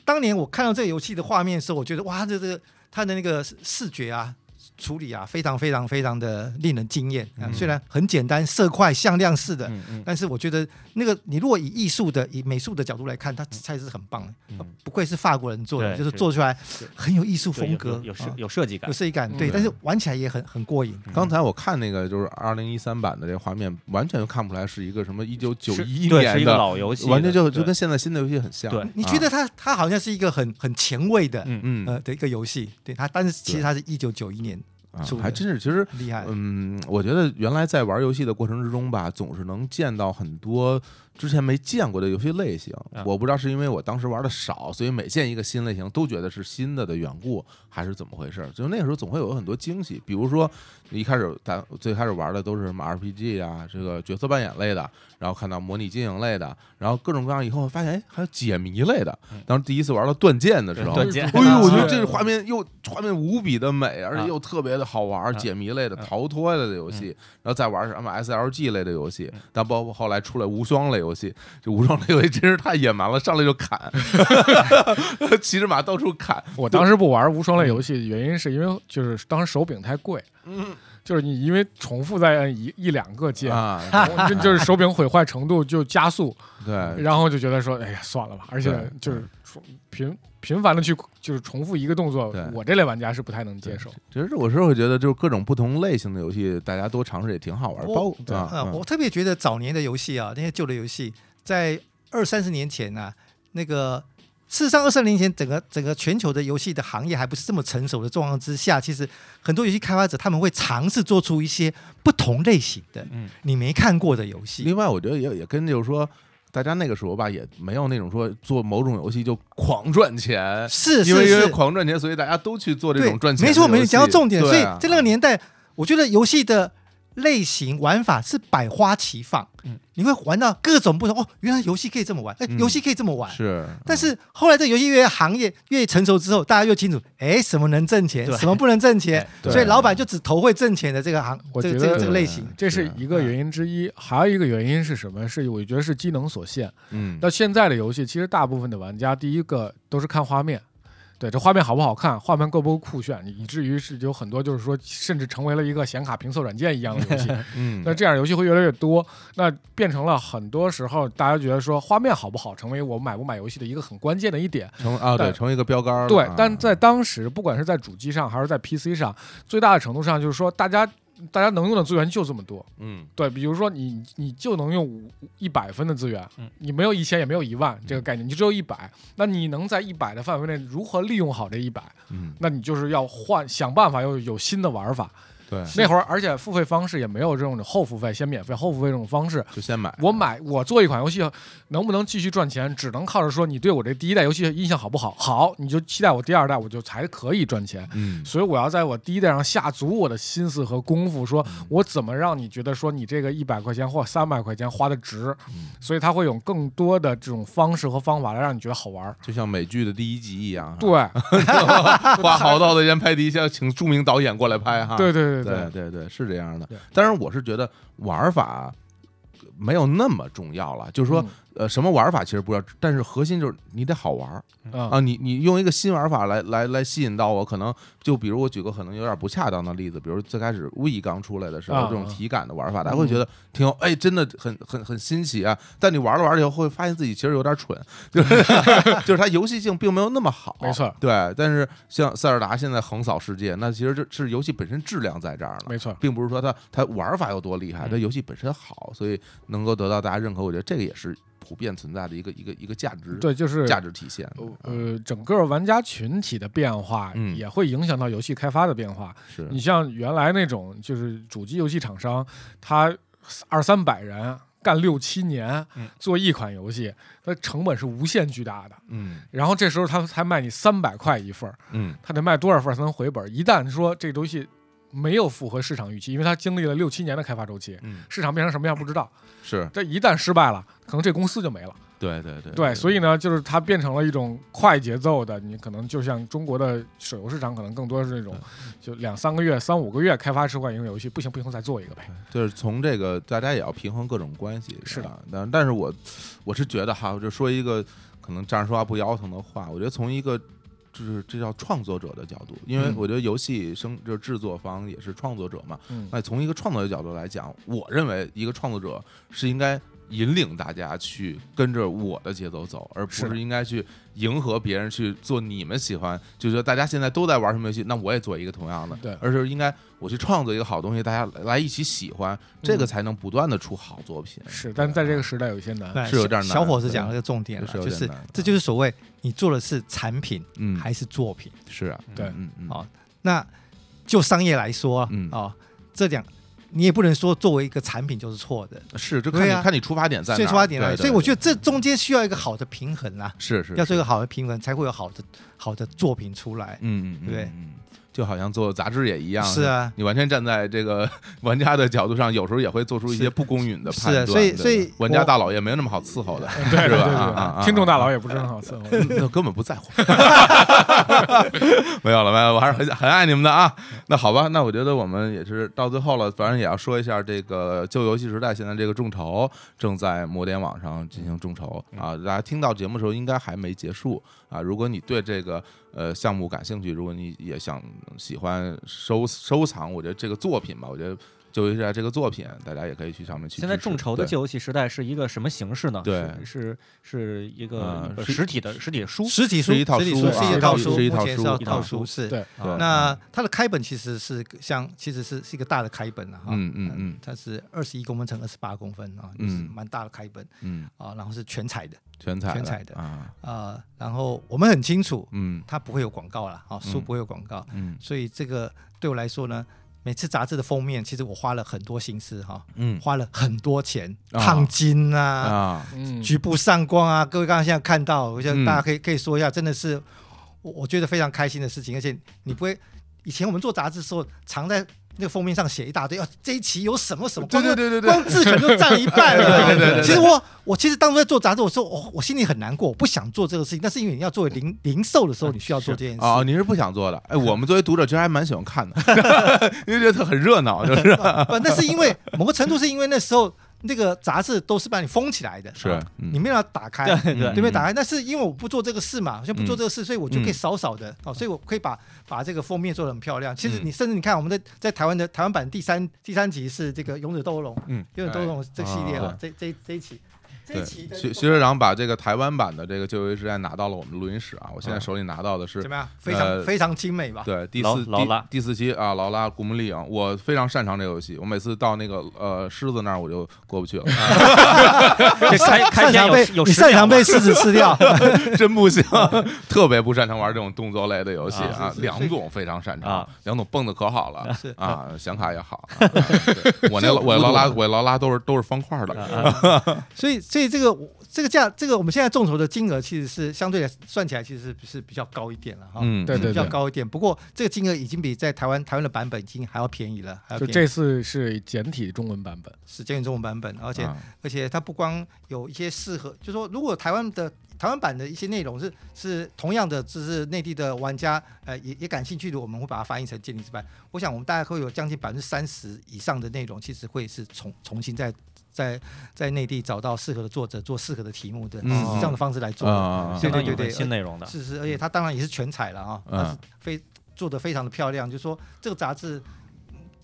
E: 当年我看到这个游戏的画面的时候，我觉得哇，这这个它的那个视视觉啊。处理啊，非常非常非常的令人惊艳啊！
B: 嗯
E: 虽然很简单，色块向量式的，
C: 嗯嗯，
E: 但是我觉得那个你如果以艺术的、以美术的角度来看，它才是很棒的。
B: 嗯
E: 不愧是法国人做的，
C: 对
E: 就是
C: 是
E: 做出来很有艺术
C: 对
E: 风
C: 有
E: 格
C: 有，有设
E: 啊
C: 有设计感
E: 有。设计感，对，
B: 嗯
E: 但是玩起来也很很过瘾。
B: 刚才我看那个就是二零一三版的这画面，完全就看不出来是一个什么一九九
C: 是
B: 一
C: 对是
B: 年
C: 一个
B: 的，
C: 老游戏的，
B: 完全就就
C: 对
B: 跟现在新的游戏很像。
C: 对
E: 你觉得它它好像是一个很很前卫的、
C: 嗯
B: 嗯
E: 呃的一个游戏，对它，但是其实它是一九九一年，
B: 啊
E: 出的
B: 还真是，其实
E: 很厉害。
B: 嗯，我觉得原来在玩游戏的过程之中吧，总是能见到很多之前没见过的游戏类型
C: 啊。
B: 我不知道是因为我当时玩的少，所以每见一个新类型都觉得是新的的缘故，还是怎么回事儿？就那个时候总会有很多惊喜，比如说你一开始咱最开始玩的都是什么 RPG 啊，这个角色扮演类的，然后看到模拟经营类的，然后各种各样以后发现，哎，还有解谜类的。当时第一次玩到断剑的时候，
C: 嗯对断剑
B: 哎呦，我觉得
D: 啊对
B: 这画面又画面无比的美，而且又特别的好玩儿，
C: 啊
B: 解谜类的、逃脱类的游戏，然后再玩什么 SLG 类的游戏，但包括后来出来无双类游戏，这无双类游戏真是太野蛮了，上来就砍， (laughs) 骑着马到处砍，
D: 我当时不玩无双类游戏，原因是因为就是当时手柄太贵，
B: 嗯
D: 就是你因为重复再按一一两个 (laughs) 键。
B: 啊，
D: 这就是手柄毁坏程度就加速，
B: 对，
D: 然后就觉得说，哎呀，算了吧。而且
B: 对
D: 就是重频频繁的去就是重复一个动作
B: 对，
D: 我这类玩家是不太能接受。
B: 其实我是会觉得，就是各种不同类型的游戏，大家多尝试也挺好玩儿，
E: 我
B: 包括
E: 呃，
B: 啊，
E: 我特别觉得早年的游戏啊，那些旧的游戏，在二三十年前啊，那个事实上二三十年前，整个整个全球的游戏的行业还不是这么成熟的状况之下，其实很多游戏开发者他们会尝试做出一些不同类型的，
C: 嗯
E: 你没看过的游戏。
B: 另外，我觉得也也跟就是说，大家那个时候吧，也没有那种说做某种游戏就狂赚钱，
E: 是
B: 因为
E: 是
B: 因为
E: 是，
B: 狂赚钱，所以大家都去做这
E: 对
B: 种赚，钱的
E: 没
B: 游戏。
E: 错没错，讲到重点。所
B: 对
E: 以
B: 啊
E: 在那个年代，我觉得游戏的类型玩法是百花齐放，
C: 嗯
E: 你会玩到各种不同。哦，原来游戏可以这么玩，哎，
B: 嗯
E: 游戏可以这么玩。
B: 是，
E: 但是后来这游戏越行业越成熟之后，大家越清楚，哎，什么能挣钱
C: 对，
E: 什么不能挣钱，
B: (laughs) 对
E: 所以老板就只投会挣钱的这个行，
D: 我
E: 这个
D: 觉
E: 这
D: 得
E: 个这个类型。
D: 这
B: 啊
D: 是一
B: 哎
D: 个原因之一，还有一个原因是什么？是我觉得是机能所限。
B: 嗯，
D: 到现在的游戏，其实大部分的玩家第一个都是看画面，对这画面好不好看，画面够不够酷炫，以至于是有很多就是说，甚至成为了一个显卡评测软件一样的游戏。
B: 嗯，
D: 那这样游戏会越来越多，那变成了很多时候大家觉得说画面好不好，成为我买不买游戏的一个很关键的一点。
B: 成啊，对，
D: 但
B: 成为一个标杆儿了。
D: 对
B: 啊，
D: 但在当时，不管是在主机上还是在 PC 上，最大的程度上就是说，大家大家能用的资源就这么多。
B: 嗯，
D: 对，比如说你你就能用五一百分的资源，
C: 嗯
D: 你没有一千也没有一万这个概念，你就只有一百。那你能在一百的范围内如何利用好这一百？
B: 嗯，
D: 那你就是要换想办法，要有新的玩法。
B: 对，
D: 那会儿，而且付费方式也没有这种后付费先免费后付费这种方式。
B: 就先买。
D: 我买我做一款游戏，能不能继续赚钱，只能靠着说你对我这第一代游戏印象好不好？好，你就期待我第二代，我就才可以赚钱。
B: 嗯，
D: 所以我要在我第一代上下足我的心思和功夫，说
B: 嗯
D: 我怎么让你觉得说你这个一百块钱或三百块钱花的值，
B: 嗯
D: 所以他会有更多的这种方式和方法来让你觉得好玩儿。
B: 就像美剧的第一集一样啊，
D: 对
B: 花好大的时间拍第一集，要请著名导演过来拍哈。
D: 对对对
B: 对对对，是这样的
D: 对。
B: 当然，我是觉得玩法没有那么重要了，就是说
D: 嗯
B: 呃什么玩法其实不知道，但是核心就是你得好玩儿
D: 啊
B: 啊！你你用一个新玩法来来来吸引到我，可能就比如我举个可能有点不恰当的例子，比如最开始 V 刚出来的时候，
D: 啊
B: 这种
D: 啊
B: 体感的玩法，大家会觉得挺有哎，真的很很很新奇啊！但你玩着玩着以后，会发现自己其实有点蠢，就是 (laughs) 就是它游戏性并没有那么好，
D: 没错
B: 对。但是像塞尔达现在横扫世界，那其实这是游戏本身质量在这儿了，
D: 没错，
B: 并不是说它它玩法有多厉害，
C: 嗯
B: 它游戏本身好，所以能够得到大家认可，我觉得这个也是普遍存在的一个一个一个价值
D: 对，就是
B: 价值体现。啊
D: 呃，整个玩家群体的变化
B: 嗯
D: 也会影响到游戏开发的变化。
B: 是
D: 你像原来那种就是主机游戏厂商，他二三百人干六七年
C: 嗯
D: 做一款游戏，那成本是无限巨大的。
B: 嗯
D: 然后这时候他才卖你三百块一份儿，
B: 嗯
D: 他得卖多少份儿才能回本儿？一旦说这东西没有符合市场预期，因为它经历了六七年的开发周期，
B: 嗯，
D: 市场变成什么样不知道。
B: 是
D: 这一旦失败了，可能这公司就没了。
B: 对对对
D: 对，所以呢，就是它变成了一种快节奏的，你可能就像中国的手游市场，可能更多是那种
B: 嗯
D: 就两三个月、三五个月开发出款一个游戏，不行不行，再做一个呗。
B: 就是从这个大家也要平衡各种关系。
D: 是的
B: 啊，但但是我我是觉得哈，我就说一个可能站着说话不腰疼的话，我觉得从一个。就是这叫创作者的角度，因为
D: 嗯
B: 我觉得游戏生就是制作方也是创作者嘛，
D: 嗯，
B: 那从一个创作者角度来讲，我认为一个创作者是应该引领大家去跟着我的节奏走，而不
D: 是的
B: 是应该去迎合别人去做你们喜欢。就是说大家现在都在玩什么游戏，那我也做一个同样的。
D: 对
B: 而是应该我去创作一个好东西，大家来来一起喜欢，这
E: 嗯
B: 个才能不断的出好作品。
D: 是，但是在这个
B: 是
D: 时代有些难。
E: 对
B: 是有点难
E: 哎小伙子讲了个重点了，
B: 是有
E: 就
B: 点
E: 是
B: 难
E: 这就是所谓你做的是产品
B: 嗯
E: 还是作品。
B: 是啊，
D: 对
B: 嗯嗯
E: 好那就商业来说啊
B: 嗯，
E: 哦这两你也不能说作为一个产品就是错的，
B: 是就看你
E: 对啊
B: 看你出发点在哪
E: 所以
B: 儿，
E: 出发点来，
B: 对对
E: 所以我觉
B: 对
E: 得这中间需要一个好的平衡啦，
B: 是是
E: 要做一个好的平衡，才会有好的好的作品出来。
B: 嗯，嗯嗯
E: 对
B: 嗯嗯就好像做杂志也一样，
E: 是啊
B: 你完全站在这个 (laughs) 玩家的角度上，有时候也会做出一些
E: 是
B: 不公允的判
E: 是啊
B: 断。
E: 所以
B: 对吧
E: 所以
B: 玩家
E: 我
B: 大佬也没有那么好伺候的，
D: 对对
B: 是
D: 对
B: 吧？
D: 对
B: 啊啊啊
D: 对，听众大佬也不是很好伺候。
B: (laughs) 那根本不在乎，没有了，没有了，我还是很很爱你们的啊。那好吧，那我觉得我们也是到最后了，反正也要说一下这个旧游戏时代现在这个众筹正在摩点网上进行众筹啊，大家听到节目的时候应该还没结束啊。如果你对这个呃项目感兴趣，如果你也想喜欢收收藏，我觉得这个作品吧，我觉得旧游戏时代这个作品，大家也可以去上面去支持。
C: 现在众筹的旧游戏时代是一个什么形式呢？
B: 对
C: 是是是一个呃
B: 嗯是
C: 实体的实体的书，
E: 实体书，
B: 是一套
E: 实体
B: 书
E: 是
D: 啊
E: 一套
D: 是
E: 书，
B: 是一套
E: 目前
B: 书
E: 是一
B: 一
C: 套
E: 套
C: 书
E: 书是。
D: 对，
B: 对对
E: 那它的开本其实是像，其实是是一个大的开本啊了哈。呃
B: 嗯嗯嗯
E: 它是二十一公分乘二十八公分啊，
B: 嗯
E: 就是蛮大的开本
B: 嗯
E: 啊，然后是全彩的
B: 全彩
E: 全彩的
B: 啊，
E: 啊，然后我们很清楚
B: 嗯
E: 它不会有广告了啊，书
B: 嗯
E: 不会有广告，
B: 嗯
E: 所以这个对我来说呢，每次杂志的封面其实我花了很多心思哈，
B: 嗯
E: 花了很多钱，
B: 啊
E: 烫金啊，
B: 啊。
D: 嗯，
E: 局部上光啊，各位刚刚现在看到，我觉
B: 嗯
E: 得大家可以可以说一下，真的是我我觉得非常开心的事情，而且你不会，以前我们做杂志的时候，常在。那个封面上写一大堆，哦，这一期有什么什么，
B: 对
E: 光
B: 对对对对
E: 光字可能就占了一半了。
B: (laughs) 对对对对对
E: 其实我我其实当初在做杂志，我说我我心里很难过，我不想做这个事情，但是因为你要做零零售的时候，你需要做这件事。
B: 哦，你是不想做的？哎，我们作为读者其实还蛮喜欢看的，
E: (laughs)
B: 因为觉得它很热闹，就是
E: 不，呃那是因为某个程度是因为那时候那个杂志都是把你封起来的，
B: 是
E: 啊
B: 嗯
E: 你没有要打开，
C: 对
B: 嗯
C: 对
E: 对不对？打开，但是因为我不做这个事嘛，我就不做这个事，所以我就可以
B: 嗯
E: 少少的哦，所以我可以把把这个封面做的很漂亮。其实你甚至你看我们在在台湾的台湾版第三第三集是这个《勇者斗恶龙》，
B: 嗯
E: 《勇者斗恶龙》这个系列啊，这这这一期。这
B: 对，
E: 一期
B: 徐
E: 的
B: 徐社长把这个台湾版的这个《旧约时代》拿到了我们录音室啊，我现在手里拿到的是
E: 嗯怎么样？非常
B: 呃
E: 非常精美吧？
B: 对，第
C: 劳
B: 四
C: 劳拉
B: 第第四期啊，劳拉古墓丽影，我非常擅长这个游戏。我每次到那个呃狮子那儿，我就过不去了，啊
C: 这开开篇
E: 擅长被
C: 有有
E: 你
C: 十秒
E: 擅长被
C: 吧
E: 狮子吃掉，
B: (laughs) 真不行，特别不擅长玩这种动作类的游戏
C: 啊
B: 啊。梁总非常擅长
C: 啊，
B: 梁总蹦的可好了
E: 是
B: 啊，显卡也
E: (laughs)
B: 好。啊对我那我劳拉我劳拉都是都是方块的，
C: 啊
E: 所以，所以这个我这个价，这个我们现在众筹的金额其实是相对来算起来，其实是是比较高一点了哈，
B: 嗯，
D: 对对
E: 比较高一点。不过这个金额已经比在台湾台湾的版本已经还要便宜了，还要
D: 就
E: 便宜
D: 这次是简体中文版本。
E: 是这种版本，而且、
B: 啊
E: 而且它不光有一些适合，就说如果台湾的台湾版的一些内容是是同样的，就是内地的玩家呃也也感兴趣的，我们会把它翻译成建立之版。我想我们大概会有将近百分之三十以上的内容，其实会是重重新再在在内地找到适合的作者做适合的题目的，
B: 嗯
E: 是这样的方式来做的。
B: 啊
E: 对
C: 相当
E: 对
C: 于
E: 对
C: 有
E: 对
C: 很新内容的。
E: 是是，而且它当然也是全彩了啊，它是
B: 嗯
E: 非做的非常的漂亮。就说这个杂志，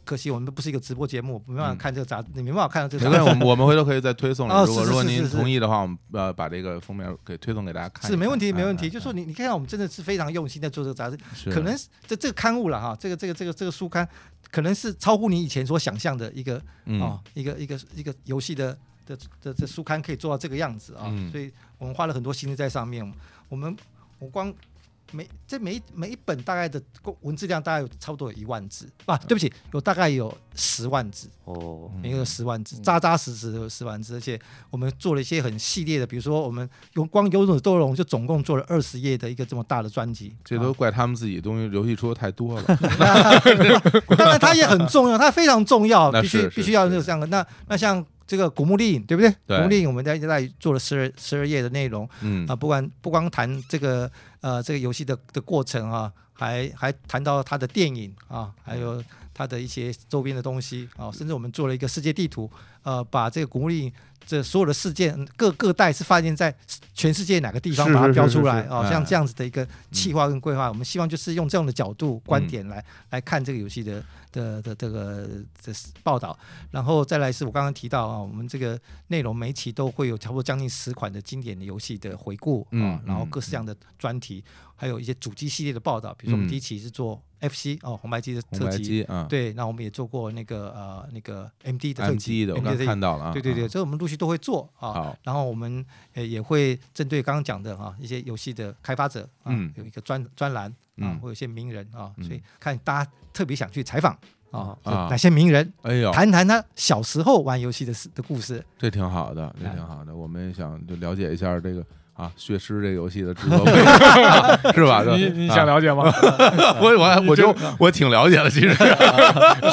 E: 可惜我们不是一个直播节目，没办法
B: 嗯
E: 看这个杂，志，你没办法看到这个
B: 没
E: 杂
B: 关系，我
E: 志。 (laughs)
B: 们我们回头可以再推送你。
E: 哦
B: 如果
E: 是是
B: 如果
E: 是是
B: 您
E: 是
B: 同意的话，我们呃把这个封面给推送给大家看一看。
E: 是没问题，没问题。
B: 嗯
E: 就说你，你看，我们真的是非常用心在做这个杂志，
B: 是
E: 可能是这这个刊物了哈，这个这个这个这个书刊，可能是超乎你以前所想象的一个
B: 嗯
E: 哦，一个一个一个游戏的的的的书刊可以做到这个样子啊、
B: 嗯
E: 所以我们花了很多心思在上面。我们我光每这每一每一本大概的公文字量大概有差不多有一万字，啊，对不起，有大概有十万字，
C: 哦，
B: 嗯
E: 每个有十万字，扎扎实实有十万字，而且我们做了一些很系列的，比如说我们用光《有种斗龙》就总共做了二十页的一个这么大的专辑，
B: 这
E: 啊
B: 都怪他们自己东西游戏出的太多
E: (laughs)
B: 了。 (laughs)
E: 当然它也很重要，它非常重要，
B: 那
E: 必须
B: 是是
E: 必须要有这样的。那那像这个古墓丽影，对不对？
B: 对
E: 古墓丽影我们在在做了十二十二页的内容
B: 嗯
E: 啊、不管不光谈这个呃这个游戏的的过程啊，还还谈到它的电影啊，还有它的一些周边的东西啊，甚至我们做了一个世界地图，呃，把这个古墓丽影。这所有的事件各各代是发现在全世界哪个地方
B: 是
E: 把它
B: 是
E: 标
B: 是嗯
E: 出
B: 是
E: 来
B: 是
E: 啊、
B: 哎
E: 像这样子的一个企划跟规划，我们希望就是用这样的角度观
B: 嗯
E: 点来来看这个游戏的的的这个这报道，然后再来是我刚刚提到啊，我们这个内容每一期都会有差不多将近十款的经典的游戏的回顾啊，
B: 嗯
E: 然后
B: 嗯
E: 各式各样的专题，还有一些主机系列的报道，比如说我
B: 嗯
E: 们第一期是做 FC 哦红白机的
B: 红
E: 特
B: 白
E: 辑，
B: 机啊，
E: 对，那我们也做过那个呃那个 MD 的特
B: ，M
E: 辑
B: G 的，我
E: MD
B: 刚
E: 特辑
B: 看到了啊。
E: 对对对，这我们陆续都会做啊。
B: 好，
E: 然后我们呃也会针对刚刚讲的啊一些游戏的开发者啊，
B: 嗯
E: 有一个专专栏啊
B: 嗯，
E: 会有一些名人啊，
B: 嗯
E: 所以看大家特别想去采访啊，就
B: 啊
E: 哪些名人
B: 哎呦，
E: 谈谈他小时候玩游戏的事的故事。
B: 这挺好的，这
E: 哎
B: 挺好的。我们也想就了解一下这个啊，血尸这个游戏的制作背景啊是吧？
D: 你
B: 就
D: 你想？了解吗？
B: 啊 (laughs) 我我还我就我挺了解的，其实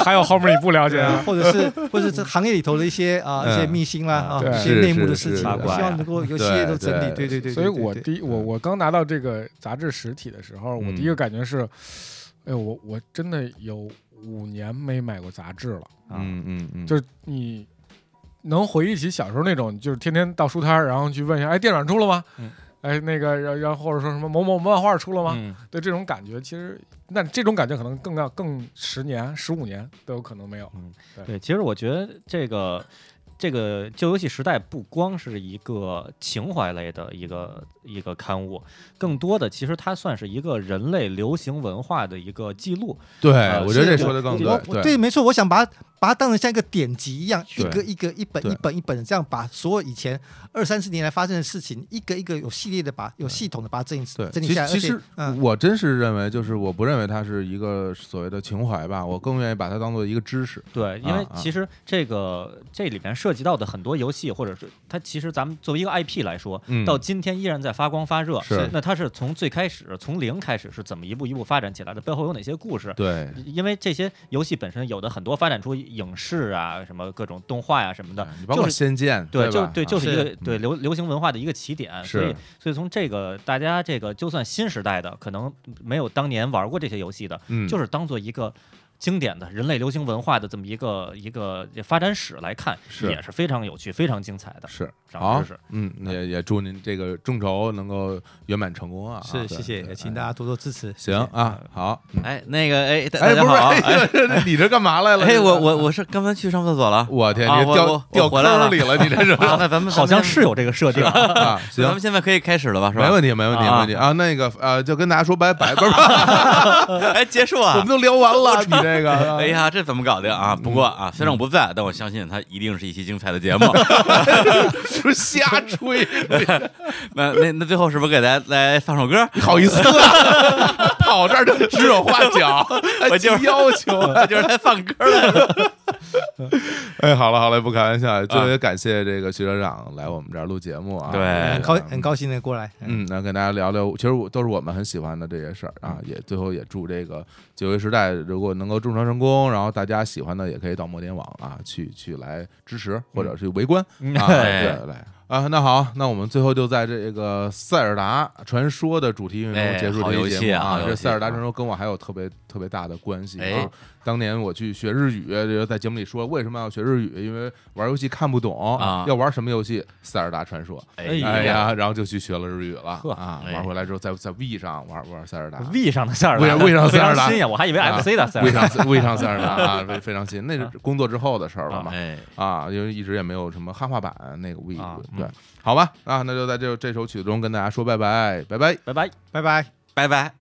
D: 还有后面你不了解啊？
E: 或者是 (laughs) 或者是行业里头的一些啊
B: 嗯
E: 一些秘辛啦
B: 啊
E: 啊
D: 对
E: 一些内幕的
B: 是
E: 事
B: 是
E: 情，
C: 是
E: 希望能够有系列的整理。
B: 对
E: 对对对，
D: 所以
E: 对对
D: 我
E: 对
D: 第一我我刚拿到这个杂志实体的时候，我
B: 嗯
D: 第一个感觉是，哎呦，我我真的有五年没买过杂志了。
B: 嗯嗯嗯，
D: 就是你能回忆起小时候那种，就是天天到书摊儿，然后去问一下，哎，电影出了吗？
B: 嗯
D: 哎，那个，然然后或者说什么某某漫画出了吗？
B: 嗯
D: 对这种感觉，其实那这种感觉可能更要更十年、十五年都有可能没有。
C: 对，其实我觉得这个这个旧游戏时代不光是一个情怀类的一个一个刊物，更多的其实它算是一个人类流行文化的一个记录。
B: 对
C: 呃，
B: 我觉得这
C: 是
B: 说的更
C: 我
B: 对
E: 我我对，没错，我想把它把它当成像一个典籍一样，一
B: 对
E: 个一个一本
B: 对
E: 一本一本的这样把所有以前二三十年来发生的事情，一个一个有系列的把有系统的把它整理
B: 对，
E: 整理
B: 其
E: 下来。
B: 其
E: 而且
B: 实
E: 嗯，
B: 我真是认为，就是我不认为它是一个所谓的情怀吧，我更愿意把它当做一个知识。
C: 对，因为
B: 啊啊
C: 其实这个这里面涉及到的很多游戏，或者是它其实咱们作为一个 IP 来说，
B: 嗯
C: 到今天依然在发光发热。
B: 是
C: 那它是从最开始从零开始是怎么一步一步发展起来的？背后有哪些故事？
B: 对，
C: 因为这些游戏本身有的很多发展出影视啊，什么各种动画呀、什么的，
B: 你包括
C: 就是
B: 仙剑，
C: 嗯对，就
B: 吧
C: 对，
B: 啊
C: 就是一嗯
E: 是
C: 个对流流行文化的一个起点，所以
B: 是
C: 所以从这个大家这个就算新时代的，可能没有当年玩过这些游戏的，
B: 嗯，
C: 就是当做一个经典的人类流行文化的这么一个一个发展史来看，
B: 是
C: 也是非常有趣、非常精彩的。
B: 是
C: 长
B: 好
C: 知识，
B: 嗯，也也祝您这个众筹能够圆满成功啊！啊
E: 是谢谢，也请大。
B: 对对哎
E: 家多多支持。
B: 行啊，好，嗯
A: 哎，那个哎，大
B: 哎，
A: 大家
B: 不
A: 好
B: 是，
A: 啊，
B: 哎，这你这干嘛来了？
A: 哎，我我我是刚刚去上厕所了，
B: 我天，
A: 啊
B: 你
A: 我
B: 掉
A: 我
B: 掉
A: 我回来
B: 坑
A: 了 (laughs)
B: 里了，你这是
A: 啊，那咱们
C: 好像
A: 咱们
C: 是有这个设定，
B: 啊，行
A: 咱，们现在可以开始了吧？是吧？
B: 没问题，没问题，没问题啊。那个呃，就跟大家说拜拜，不是，
A: (laughs) 题。 (laughs) 哎，结束
B: (laughs) 我
A: 啊
B: 们！都聊完了，你这个，
A: 哎呀，这怎么搞定啊？不过
B: 嗯
A: 啊，虽然我不在，但我相信它一定是一期精彩的节目。 (laughs)
B: 啊是不是瞎吹，
A: 那那那最后是不是给大家来放首歌？
B: 你好意思啊？ (laughs) 跑这儿就指手画
A: (laughs)
B: 脚，
A: 我就是
B: 提哎要求。
A: 就是来放歌来了。
B: (laughs) 哎，好了好了，不开玩笑，特别感谢这个徐社长来我们这儿录节目啊。
A: 啊
E: 很
A: 对很
E: 高很高兴能过来，嗯
B: 嗯，来跟大家聊聊，其实我都是我们很喜欢的这些事儿啊，
C: 嗯
B: 也最后也祝这个九月时代如果能够众筹成功，然后大家喜欢的也可以到摩点网啊去去来支持或者去围观、
C: 嗯
B: 啊，
A: 哎
B: 对来。啊，那好，那我们最后就在这个《塞尔达传说》的主题运动
A: 哎
B: 结束
A: 好
B: 这
A: 游
B: 期
A: 戏
B: 节
A: 啊
B: 目
A: 好游
B: 这《
A: 戏
B: 塞尔达
A: 啊
B: 传说》跟我还有特别特别大的关系
A: 哎
B: 啊。当年我去学日语，这个在节目里说为什么要学日语，因为玩游戏看不懂
A: 啊
B: 要玩什么游戏？《塞尔达传说》。
A: 哎
B: 哎
A: 呀，
B: 呀，然后就去学了日语了
C: 呵
B: 啊！
A: 哎
B: 玩回来之后，在在 V 上玩玩塞尔达， (laughs)
C: V 上的塞尔达，
B: 为为上
C: (laughs)
B: 的
C: 非
B: 塞尔达
C: 常新呀，我还以为
B: 啊
C: FC 的塞
B: 魏
C: 尔达。
B: 上魏上塞尔达
C: (laughs)
B: 啊，非非常新，那是工作之后的事儿了嘛
A: 哎，
B: 啊，因为一直也没有什么汉化版那个 V，
C: 啊嗯
B: 对，好吧啊，那就在这这首曲子中跟大家说拜拜，拜拜。
C: 拜拜。
E: 拜拜。
A: 拜拜。